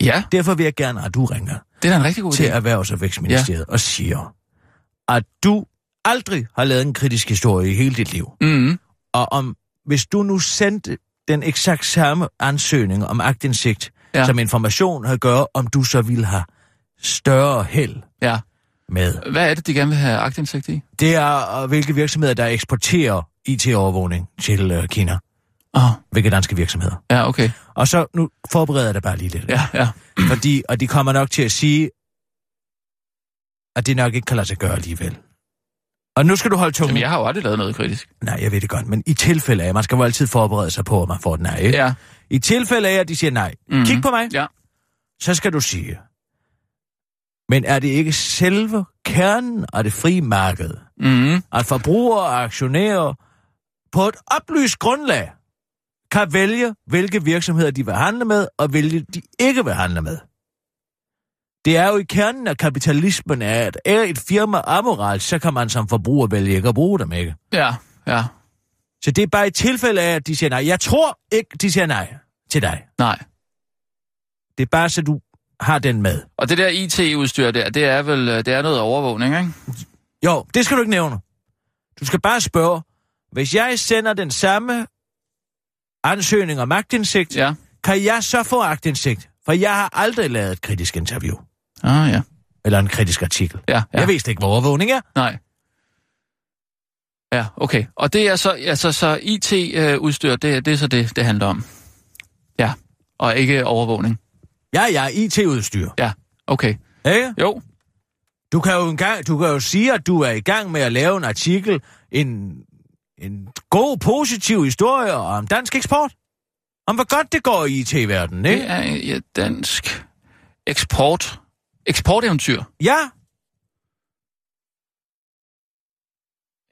ja
Derfor vil jeg gerne, at du ringer
det er da en rigtig god
til
idé.
Erhvervs- og Vækstministeriet ja. og siger, at du aldrig har lavet en kritisk historie i hele dit liv.
Mm,
Og om, hvis du nu sendte den eksakt samme ansøgning om agtindsigt, ja.
Ja.
som information har gør, om du så ville have større held
ja.
med.
Hvad er det, de gerne vil have agtindsigt i?
Det er, øh, hvilke virksomheder, der eksporterer IT-overvågning til øh, Kina.
Åh, oh,
Hvilke danske virksomheder.
ja, okay.
Og så, nu forbereder jeg dig bare lige lidt.
Ja, ja.
Fordi, og de kommer nok til at sige, at det nok ikke kan lade sig gøre alligevel. Og nu skal du holde tungen.
Jamen, jeg har jo aldrig lavet noget kritisk.
Nej, jeg ved det godt, men i tilfælde af, man skal jo altid forberede sig på, at man får et nej. Ikke?
Ja.
I tilfælde af, at de siger nej, mm-hmm.
Mhm.
kig på mig,
Ja.
så skal du sige. Men er det ikke selve kernen af det frie marked,
Mm,
at forbrugere og aktionærer på et oplyst grundlag kan vælge, hvilke virksomheder de vil handle med, og hvilke de ikke vil handle med. Det er jo i kernen af kapitalismen, at er et firma amoral, så kan man som forbruger vælge ikke at bruge dem, ikke?
ja, ja.
Så det er bare et tilfælde af, at de siger nej. Jeg tror ikke, de siger nej til dig.
Nej.
Det er bare, så du har den med.
Og det der IT-udstyr der, det er vel øh, det er noget overvågning, ikke?
Jo, det skal du ikke nævne. Du skal bare spørge, hvis jeg sender den samme ansøgning om magtindsigt,
Ja.
kan jeg så få agtindsigt? For jeg har aldrig lavet et kritisk interview.
Ah, ja.
Eller en kritisk artikel.
Ja,
Ja.
ja.
Jeg ved slet ikke, hvor overvågning er.
Nej. Ja, okay. Og det er så, altså, så IT-udstyr, det, det er så det, det handler om. Ja, og ikke overvågning.
Ja, jeg er IT-udstyr.
Ja. Okay.
Ikke?
Jo,
Du kan, jo engang, du kan jo sige, at du er i gang med at lave en artikel, en, en god, positiv historie om dansk eksport. Om hvor godt det går i IT-verdenen, ikke?
det er et dansk eksport. Eksporteventyr.
Ja,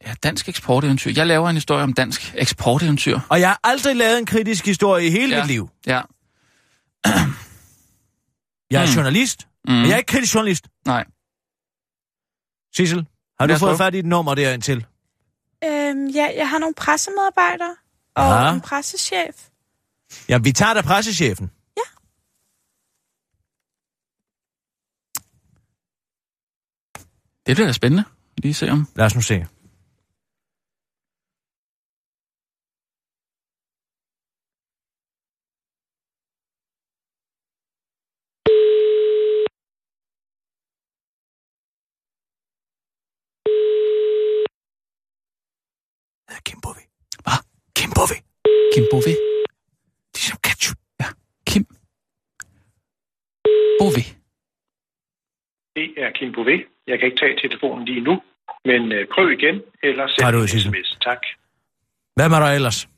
Ja, dansk eksporteventyr. Jeg laver en historie om dansk eksporteventyr.
og jeg har aldrig lavet en kritisk historie i hele ja. mit liv.
Ja.
Jeg er
Mm.
mm. journalist, mm.
Mm.
men jeg er ikke kritisk journalist.
Nej.
Sissel, har
Lad
du
os prøve.
fået fat i et nummer derind til?
Øhm, ja, jeg har nogle pressemedarbejdere og
Aha.
en pressechef.
Ja, vi tager da pressechefen.
Ja.
Det bliver da spændende. Lige se om...
Lad os nu se. Kim Bovi.
Hvad?
Kim Bovi.
Kim Bove.
Ligesom ketchup.
Ja. Kim. Bove.
Det er Kim Bouvet. Jeg kan ikke tage telefonen lige nu, men øh, prøv igen, eller
Har
send
du
en
et sidste?
sms. Tak.
Hvem er der ellers?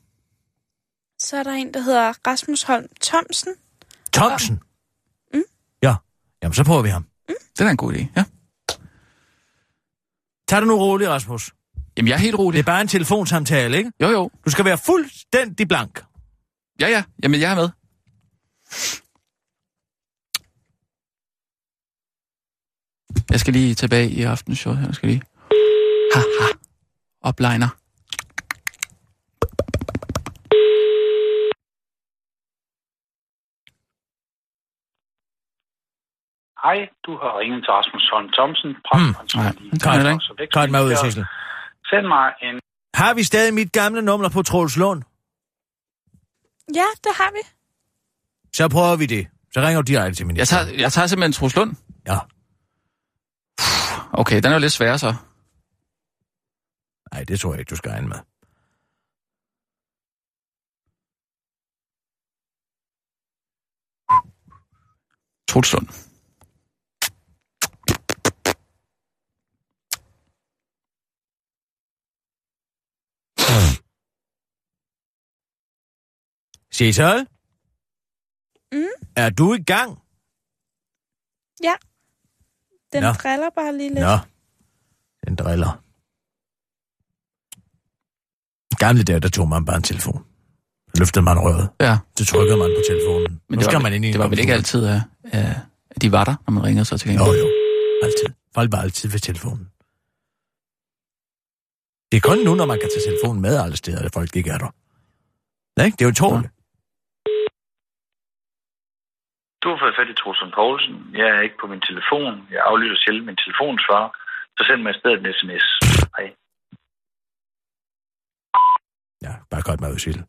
Så er der en, der hedder Rasmus Holm Thomsen.
Thomsen. Mm. Ja. Jamen, så prøver vi ham.
Det er da en god idé, ja.
Tag det nu roligt, Rasmus.
Jamen, jeg er helt
Det er
rolig.
bare en telefonsamtale, ikke?
Jo, jo.
Du skal være fuldstændig blank.
Ja, ja. Jamen, jeg er med. Jeg skal lige tilbage i aftenens show her. Jeg skal lige... Haha. Opliner.
Hej, du har ringet til Rasmus Holm Thomsen.
Hmm,
nej.
Kom,
Godt.
Tag den med ud, Sissel.
Send mig en
Har vi stadig mit gamle nummer på Troels Lund?
Ja, det har vi.
Så prøver vi det. Så ringer du direkte til
Jeg
ministeren.
tager, jeg tager simpelthen Troels Lund.
Ja.
Okay, den er jo lidt svær så.
Nej, det tror jeg ikke, du skal regne med.
Troels Lund.
Sissel?
Mm.
Er du i gang?
Den
Nå.
driller bare lige lidt.
Nå. Den driller. Gamle dage, der tog man bare en telefon. Løftede man røret.
Ja,
Så trykkede man på telefonen.
men
nu
det
skal
var,
man ind i en
det var vel ikke
computer.
altid, at, at de var der, når man ringede så til
Jo,
gengæld.
jo. Altid. Folk var altid ved telefonen. Det er kun nu, når man kan tage telefonen med alle steder, at folk ikke er der. Nej, det er jo utroligt.
Du har fået fat i Trosund Poulsen. Jeg er ikke på min telefon. Jeg aflytter selv min telefonsvarer. Så send mig i stedet en sms. Hej.
Ja, bare godt med Sissel.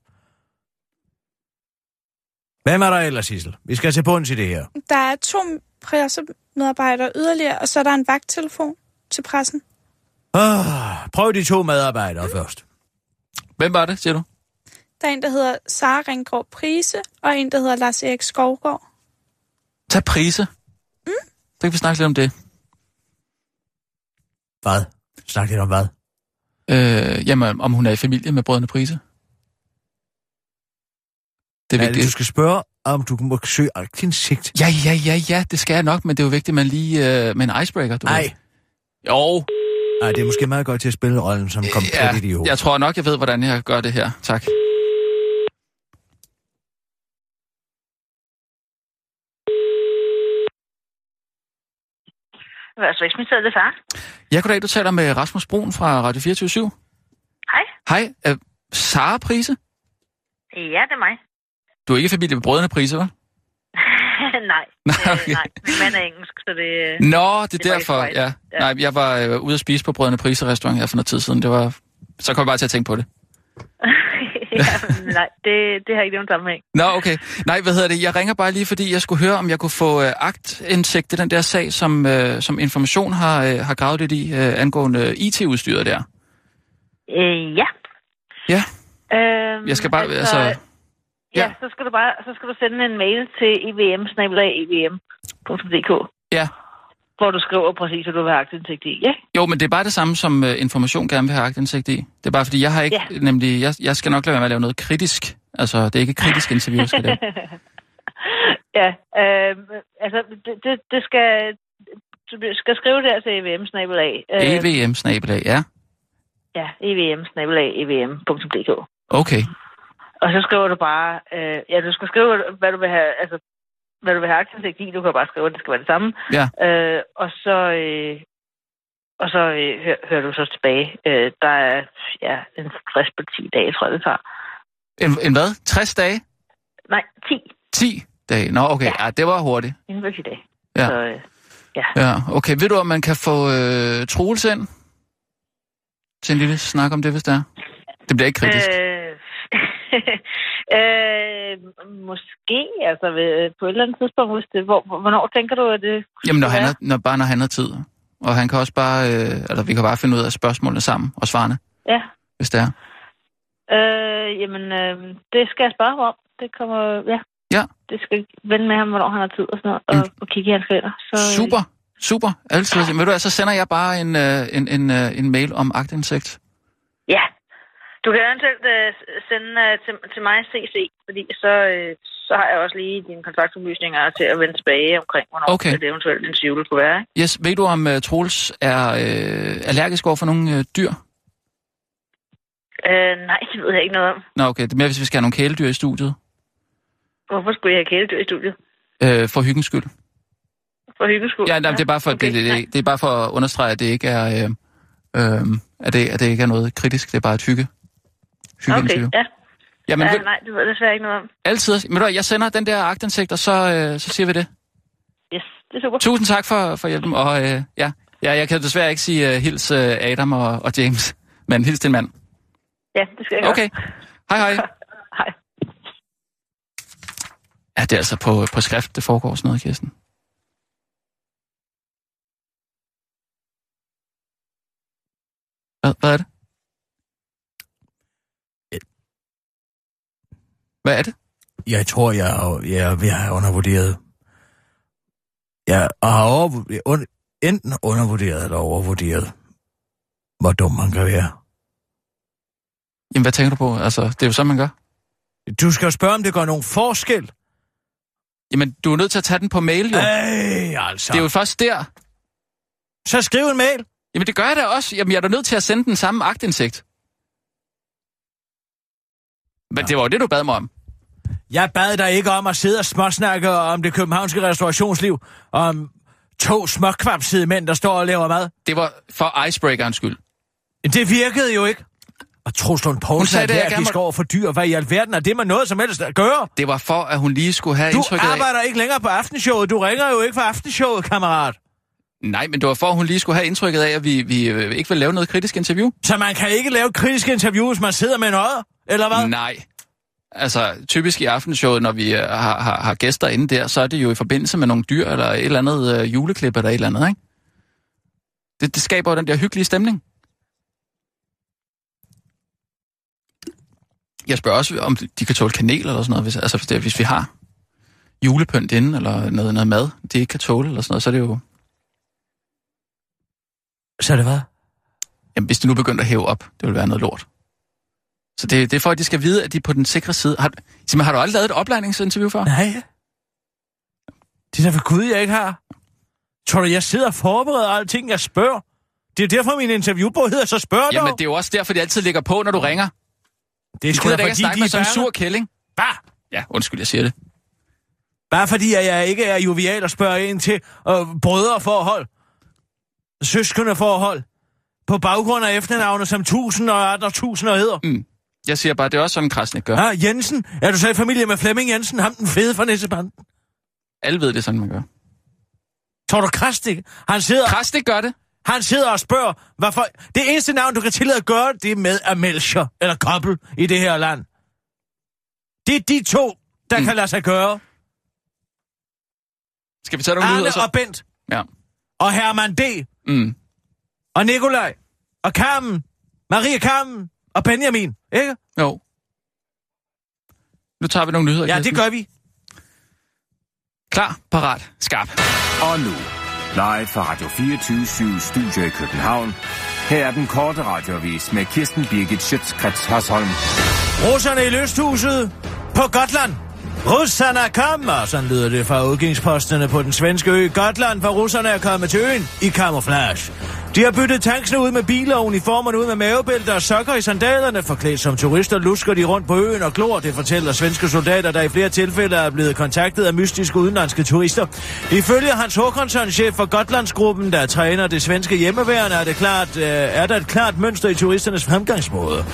Hvem er der ellers, Sissel? Vi skal til bunds i det her.
Der er to pressemedarbejdere yderligere, og så er der en vagttelefon til pressen.
Oh, prøv de to medarbejdere først.
Hvem var det, siger du?
Der er en, der hedder Sara Ringgaard Prise, og en, der hedder Lars-Erik Skovgaard.
Tag prise. Mm. Så kan vi snakke lidt om det.
Hvad? Snak lidt om hvad?
Øh, jamen, om hun er i familie med brødrene Prise. Det er
Ja,
vigtigt.
du skal spørge, om du må søge aktindsigt.
Ja, ja, ja, ja, det skal jeg nok, men det er jo vigtigt, at man lige... Øh, med en icebreaker, du
Nej,
ved. Jo,
nej, det er måske meget godt til at spille rollen som komplet idiot.
jeg tror nok, jeg ved, hvordan jeg gør det her. Tak.
Erhvervsvækstministeriet, det er far.
Ja, goddag, du taler med Rasmus Brun fra Radio 24
Hej.
Hej, øh, Sara Prise?
Ja, det er mig.
Du er ikke i familie med brødrene Prise, hva'?
nej,
Nej,
øh, nej. Min mand er engelsk, så det... øh,
Nå, det er
Det var
derfor,
ikke
ja.
Ja.
Nej, jeg var øh, ude at spise på Brødrene Prise restaurant her for noget tid siden. Det var... Så kom jeg bare til at tænke på det.
Jamen, nej, det, det har ikke nogen sammenhæng.
Nå, okay. Nej, hvad hedder det? Jeg ringer bare lige, fordi jeg skulle høre, om jeg kunne få øh, agtindsigt i den der sag, som, øh, som Information har, øh, har gravet lidt i, øh, angående IT-udstyret der.
Øh, ja.
Ja,
Øhm,
jeg skal bare... Altså, altså,
ja.
ja.
E ja, så skal du bare så skal du sende en mail til evm evm.dk.
Ja.
hvor du skriver præcis, at du vil have aktindsigt i. Ja,
Jo, men det er bare det samme, som øh, information gerne vil have agtindsigt i. Det er bare fordi, jeg har ikke, ja.
Ja.
nemlig, jeg, jeg skal nok lade være med at lave noget kritisk. Altså, det er ikke et kritisk interview, jeg skal lave.
ja øh, altså, det, det, det skal... Du skal skrive der til E evm snabelag.
Øh. evm snabelag, E ja.
Ja, evm snabelag evm.dk.
Okay.
Og så skriver du bare... Øh, ja, du skal skrive, hvad du vil have... Altså, hvad du vil have aktindsigt i. Du kan bare skrive, at det skal være det samme.
Ja.
Øh, og så... Øh, og så øh, hører, hører du så tilbage. Øh, der er ja, en 60 på 10 dage, tror jeg, det tager.
En, en hvad? 60 dage?
Nej, 10.
10 dage? Nå, okay. Ja, det var hurtigt.
Inden for 10 dage.
Ja.
Så, øh,
Ja, okay. Ved du, om man kan få øh, Troels ind? Til en lille snak om det, hvis der er. Det bliver ikke kritisk.
Øh, øh, måske, altså ved- på et eller andet tidspunkt, hvis det, hvor, hvornår tænker du, at det...
Jamen, når han
ja.
har, når, bare når han har tid. Og han kan også bare, øh, eller vi kan bare finde ud af spørgsmålene sammen og svarene,
Ja,
hvis det er.
øh, jamen, øh, det skal jeg spørge ham om. Det kommer, ja.
Ja. Mm.
Det skal vende med ham, hvornår han har tid og sådan noget, og, og kigge i hans kalender. Så, øh,
Super, super. Altid. Ved du hvad, så sender jeg bare en, øh, en, en, øh, en mail om agtindsigt.
Ja. Du kan eventuelt øh, sende øh, til, til mig CC, fordi så, øh, så har jeg også lige dine kontaktoplysninger til at vende tilbage omkring, hvornår
Okay.
det eventuelt en tvivl kunne være. Ikke?
Yes, ved du om øh, Troels er øh, allergisk over for nogle øh, dyr?
Øh, nej, det ved jeg ikke noget om.
Nå, okay. Det er mere, hvis vi skal have nogle kæledyr i studiet.
Hvorfor skulle jeg have kæledyr i studiet?
Øh, for hyggens skyld.
For hyggens skyld?
Ja, nej, men det er bare for, okay. det, det, det er bare for at understrege, at det ikke er, øh, øh, at det, at det ikke er noget kritisk. Det er bare et hygge.
nej.
Hyggeinterview.
Okay, ja.
Jamen,
ja
ved,
nej, det ved jeg desværre ikke noget om.
altid. Men du, hvad, jeg sender den der agtindsigt, og så, øh, så siger vi det.
Yes, det er super.
Tusind tak for, for hjælpen, og øh, ja. ja, jeg kan desværre ikke sige uh, hils uh, Adam og, og James, men hils din mand.
Ja, det skal jeg gøre.
Okay, hej hej.
Hej.
Ja, det er altså på, på skrift, det foregår sådan noget, Kirsten. Hvad, hvad er det? Hvad er det?
Jeg tror, jeg, er- jeg, jeg har undervurderet. Jeg har overvurderet, un, enten undervurderet eller overvurderet, hvor dum man kan være.
Jamen, hvad tænker du på? Altså, det er jo sådan, man gør.
Du skal jo spørge, om det gør nogen forskel.
Jamen, du er nødt til at tage den på mail, jo. Ja.
Ej, altså.
Det er jo først der.
Så skriv en mail.
Jamen, det gør jeg da også. Jamen, jeg er da nødt til at sende den samme agtindsigt. Men det var jo det, du bad mig om.
Jeg bad dig ikke om at sidde og småsnakke om det københavnske restaurationsliv, om to småkvapsidemænd, der står og laver mad.
Det var for icebreakerens skyld.
Det virkede jo ikke. Og Truslund
Hun
Poulsen
sagde
er
det, jeg gerne
allergisk
måtte-
over for dyr. Hvad i alverden er det med noget som helst at gøre?
Det var for, at hun lige skulle have
Du
indtrykket af...
arbejder ikke længere på aftenshowet. Du ringer jo ikke for aftenshowet, kammerat.
Nej, men det var for, at hun lige skulle have indtrykket af, at vi, vi øh, ikke vil lave noget kritisk interview.
Så man kan ikke lave et kritisk interview, hvis man sidder med noget, eller hvad?
Nej. Altså, typisk i aftenshowet, når vi øh, har, har, har gæster inde der, så er det jo i forbindelse med nogle dyr, eller et eller andet øh, juleklip, eller et eller andet, ikke? Det, det skaber jo den der hyggelige stemning. Jeg spørger også, om de kan tåle kanel eller sådan noget, hvis, altså hvis, det, hvis vi har julepynt inde, eller noget, noget mad, de ikke kan tåle, eller sådan noget, så er det jo...
Så er det hvad?
Jamen, hvis de nu begyndte at hæve op, det ville være noget lort. Så det, det er for, at de skal vide, at de er på den sikre side. Har, Simon, har du aldrig lavet et oplejningsinterview før?
Nej. Det er da for gud, jeg ikke har. Tror du, jeg sidder og forbereder alting, jeg spørger? Det er derfor, min interviewbog hedder, så spørg
Jamen,
Jamen,
det er jo også derfor, de altid ligger på, når du ringer.
det er
De
sgu
gider
da
da ikke at
fordi,
snakke
de
med
er
sådan en
bange.
sur kælling.
Hvad?
Ja, undskyld, jeg siger det.
Bare fordi, at jeg ikke er jovial og spørger ind til øh, brødreforhold, søskendeforhold, på baggrund af efternavne som tusind og andre tusinder hedder.
Jeg siger bare, det er også sådan, Krasnik gør.
Ja. Ah, Jensen, er du så i familie med Flemming Jensen, ham den fede fra Nissebanden?
Alle ved, det er sådan, man gør.
Tror du Krasnik? Han sidder,
Krasnik gør det.
han sidder og spørger, hvorfor... Det eneste navn, du kan tillade at gøre, det er med Amelcher eller Koppel i det her land. Det er de to, der
Mm.
mm. kan lade sig gøre.
Skal vi tage nogle
Arne
nyheder så?
og Bent
Ja.
og Herman D.
Mm.
og Nikolaj og Carmen, Maria Carmen og Benjamin, ikke?
Jo. Nu tager vi nogle nyheder,
Ja,
Kirsten.
det gør vi.
Klar, parat, skarp.
Og nu, Live fra Radio 24 Studio i København. Her er den korte radiovis med Kirsten Birgit Schøtzgrads Hasholm.
Russerne i lysthuset på Gotland. Russerne kommer, sådan lyder det fra udgangsposterne på den svenske ø Gotland, for russerne er kommet til øen i camouflage. De har byttet tanksene ud med biler og uniformerne ud med mavebælter og sokker i sandalerne. Forklædt som turister lusker de rundt på øen og glor, det fortæller svenske soldater, der i flere tilfælde er blevet kontaktet af mystiske udenlandske turister. Ifølge Hans Håkonsson, chef for Gotlandsgruppen, der træner det svenske hjemmeværende, er, det klart, øh, er der et klart mønster i turisternes fremgangsmåde.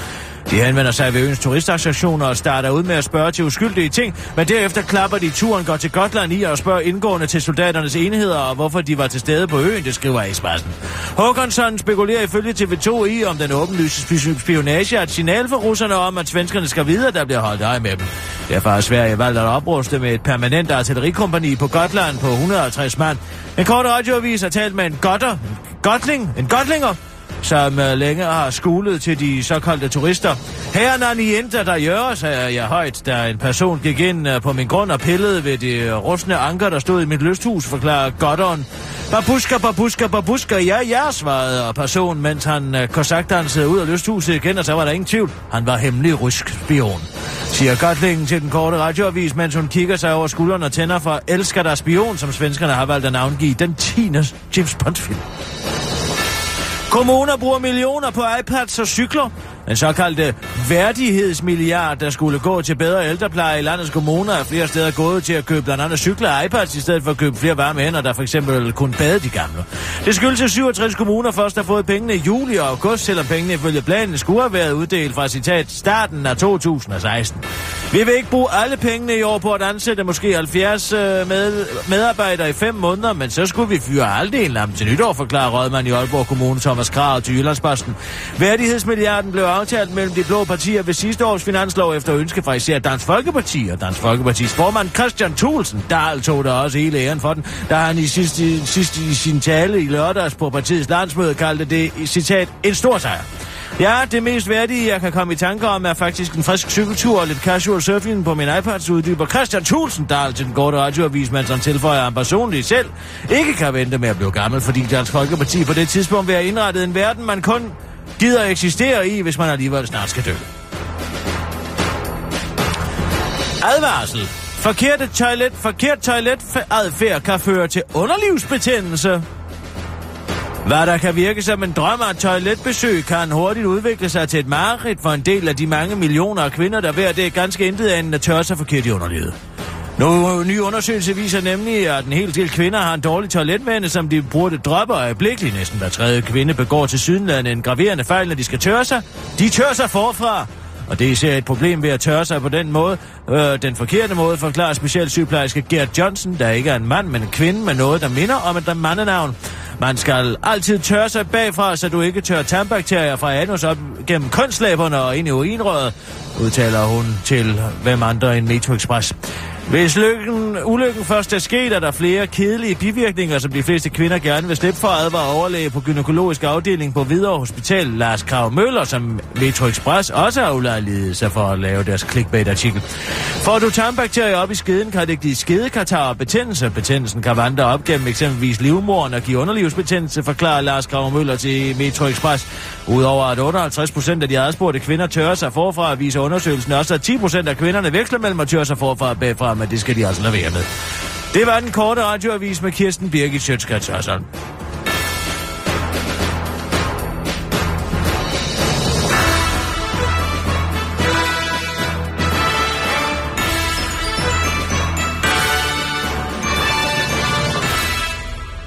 De henvender sig ved øens turistattraktioner og starter ud med at spørge til uskyldige ting, men derefter klapper de turen går til Gotland i og spørger indgående til soldaternes enheder og hvorfor de var til stede på øen, det skriver Expressen. Håkonsson spekulerer ifølge TV2 i, om den åbenlyse sp- spionage er et signal for russerne om, at svenskerne skal videre, der bliver holdt øje med dem. Derfor har Sverige valgt at opruste med et permanent artillerikompani på Gotland på 150 mand. En kort radioavis har talt med en gotter, en gotling, en gotlinger, som øh, længe har skulet til de såkaldte turister. Her er Nannienter, der gør, sagde jeg højt, da en person gik ind øh, på min grund og pillede ved det øh, rustne anker, der stod i mit lysthus, forklarer Goddon. Babuska, babuska, babuska, ja, ja, svarede personen, mens han øh, kosakdansede ud af lysthuset igen, og så var der ingen tvivl. Han var hemmelig rusk spion, siger Gottlingen til den korte radioavis, mens hun kigger sig over skulderen og tænder for Elsker der spion, som svenskerne har valgt at navngive den 10. James Bond-film. Kommuner bruger millioner på iPads og cykler. Den såkaldte værdighedsmilliard, der skulle gå til bedre ældrepleje i landets kommuner, er flere steder gået til at købe blandt andet cykler og iPads, i stedet for at købe flere varme hænder, der for eksempel kunne bade de gamle. Det skyldes, at 67 kommuner først har fået pengene i juli og august, selvom pengene ifølge planen skulle have været uddelt fra citat starten af 2016. Vi vil ikke bruge alle pengene i år på at ansætte måske 70 øh, med, medarbejdere i fem måneder, men så skulle vi fyre halvdelen af dem til nytår, forklarer rådmand i Aalborg Kommune Thomas Krav til Jyllandsposten. Værdighedsmilliarden blev aftalt mellem de blå partier ved sidste års finanslov efter ønske fra især Dansk Folkeparti og Dansk Folkepartis formand Christian Thulsen. Dahl tog der også hele æren for den, da han i sidste, sidste i sin tale i lørdags på partiets landsmøde kaldte det, citat, en stor sejr. Ja, det mest værdige, jeg kan komme i tanker om, er faktisk en frisk cykeltur og lidt casual surfing på min iPad, så uddyber Christian Tulsendal til den korte radioavis, mens han tilføjer, at han personligt selv ikke kan vente med at blive gammel, fordi Dansk Folkeparti på det tidspunkt vil have indrettet en verden, man kun gider eksistere i, hvis man alligevel snart skal dø. Advarsel. Forkerte toilet, forkert toiletadfærd kan føre til underlivsbetændelse. Hvad der kan virke som en drøm af et toiletbesøg, kan hurtigt udvikle sig til et mareridt for en del af de mange millioner af kvinder, der hver dag ganske intet andet end at tørre sig forkert i underlivet. Nu, en ny undersøgelse viser nemlig, at en hel del kvinder har en dårlig toiletvane, som de burde droppe øjeblikkeligt. Næsten hver tredje kvinde begår til sydenlandet en graverende fejl, når de skal tørre sig. De tør sig forfra. Og det er især et problem ved at tørre sig på den måde, øh, den forkerte måde, forklarer specialsygeplejerske Gert Johnson, der ikke er en mand, men en kvinde med noget, der minder om et mandenavn. Man skal altid tørre sig bagfra, så du ikke tør tandbakterier fra anus op gennem kønslæberne og ind i urinrøret, udtaler hun til hvem andre end Metro Express. Hvis lykken, ulykken først er sket, er der flere kedelige bivirkninger, som de fleste kvinder gerne vil slippe for, advarer overlæge på gynækologisk afdeling på Hvidovre Hospital, Lars Krav Møller, som Metro Express også har ulejlighed sig for at lave deres clickbait-artikel. Får du tarmbakterier op i skeden, kan det give skedekatar og betændelse. Betændelsen kan vandre op gennem eksempelvis livmoren og give underlivsbetændelse, forklarer Lars Krav Møller til Metro Express. Udover at 58 procent af de adspurgte kvinder tørrer sig forfra, viser undersøgelsen også, at 10 procent af kvinderne veksler mellem at tørre sig forfra og bagfra, men det skal de altså lade være med. Det var den korte radioavis med Kirsten Birgit Sjøtskrets Hørsholm.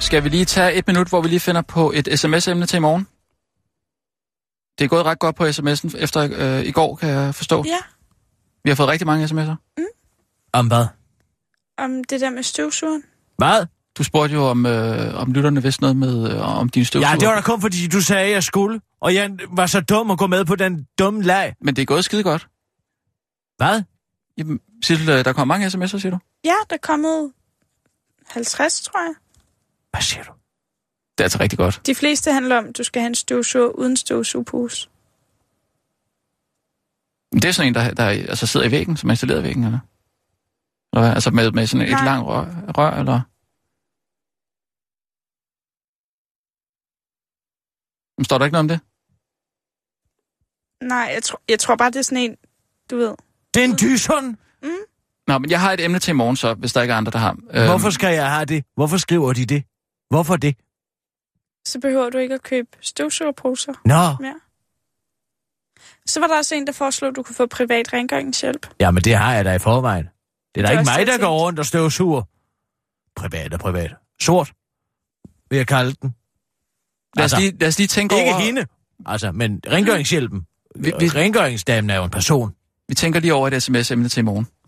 Skal vi lige tage et minut, hvor vi lige finder på et sms-emne til i morgen? Det er gået ret godt på sms'en efter øh, i går, kan jeg forstå.
Ja,
Vi har fået rigtig mange sms'er.
Om hvad?
om det der med støvsugeren.
Hvad?
Du spurgte jo, om, øh, om lytterne vidste noget med, øh, om dine støvsuger.
Ja, det var da kun fordi, du sagde, at jeg skulle, og jeg var så dum at gå med på den dumme lag.
Men det er gået skide godt.
Hvad?
Jamen, Sissel, øh, der kom mange sms'er, siger du?
Ja, der er kommet 50, tror jeg.
Hvad siger du?
Det er altså rigtig godt.
De fleste handler om, at du skal have en støvsuger uden støvsugepose.
Men det er sådan en, der, der altså, sidder i væggen, som er installeret i væggen, eller? eller hvad? altså med, med sådan et
Nej.
langt rør, rør, eller? Men står der ikke noget om det?
Nej, jeg, tror, jeg tror bare, det er sådan en, du ved.
Det er en dyshund.
Nå, men jeg har et emne til i morgen så, hvis der ikke er andre, der har. Øhm,
Hvorfor skal jeg have det? Hvorfor skriver de det? Hvorfor det?
Så behøver du ikke at købe støvsugerposer
Nå,
mere. Så var der også en, der foreslog, at du kunne få privat rengøringshjælp.
jamen det har jeg da i forvejen. Det er da
Det er
ikke
også
mig, der
det, jeg
går
tænkte.
rundt og støvsuger. Privat og privat. Sort, vil jeg kalde den.
lad, os
altså-
lige, lad os lige tænke
Ikke
over...
hende. Altså, men rengøringshjælpen.
Vi-
Vi,
vi-
Rengøringsdamen er jo en person.
Vi tænker lige over et sms-emne til i morgen.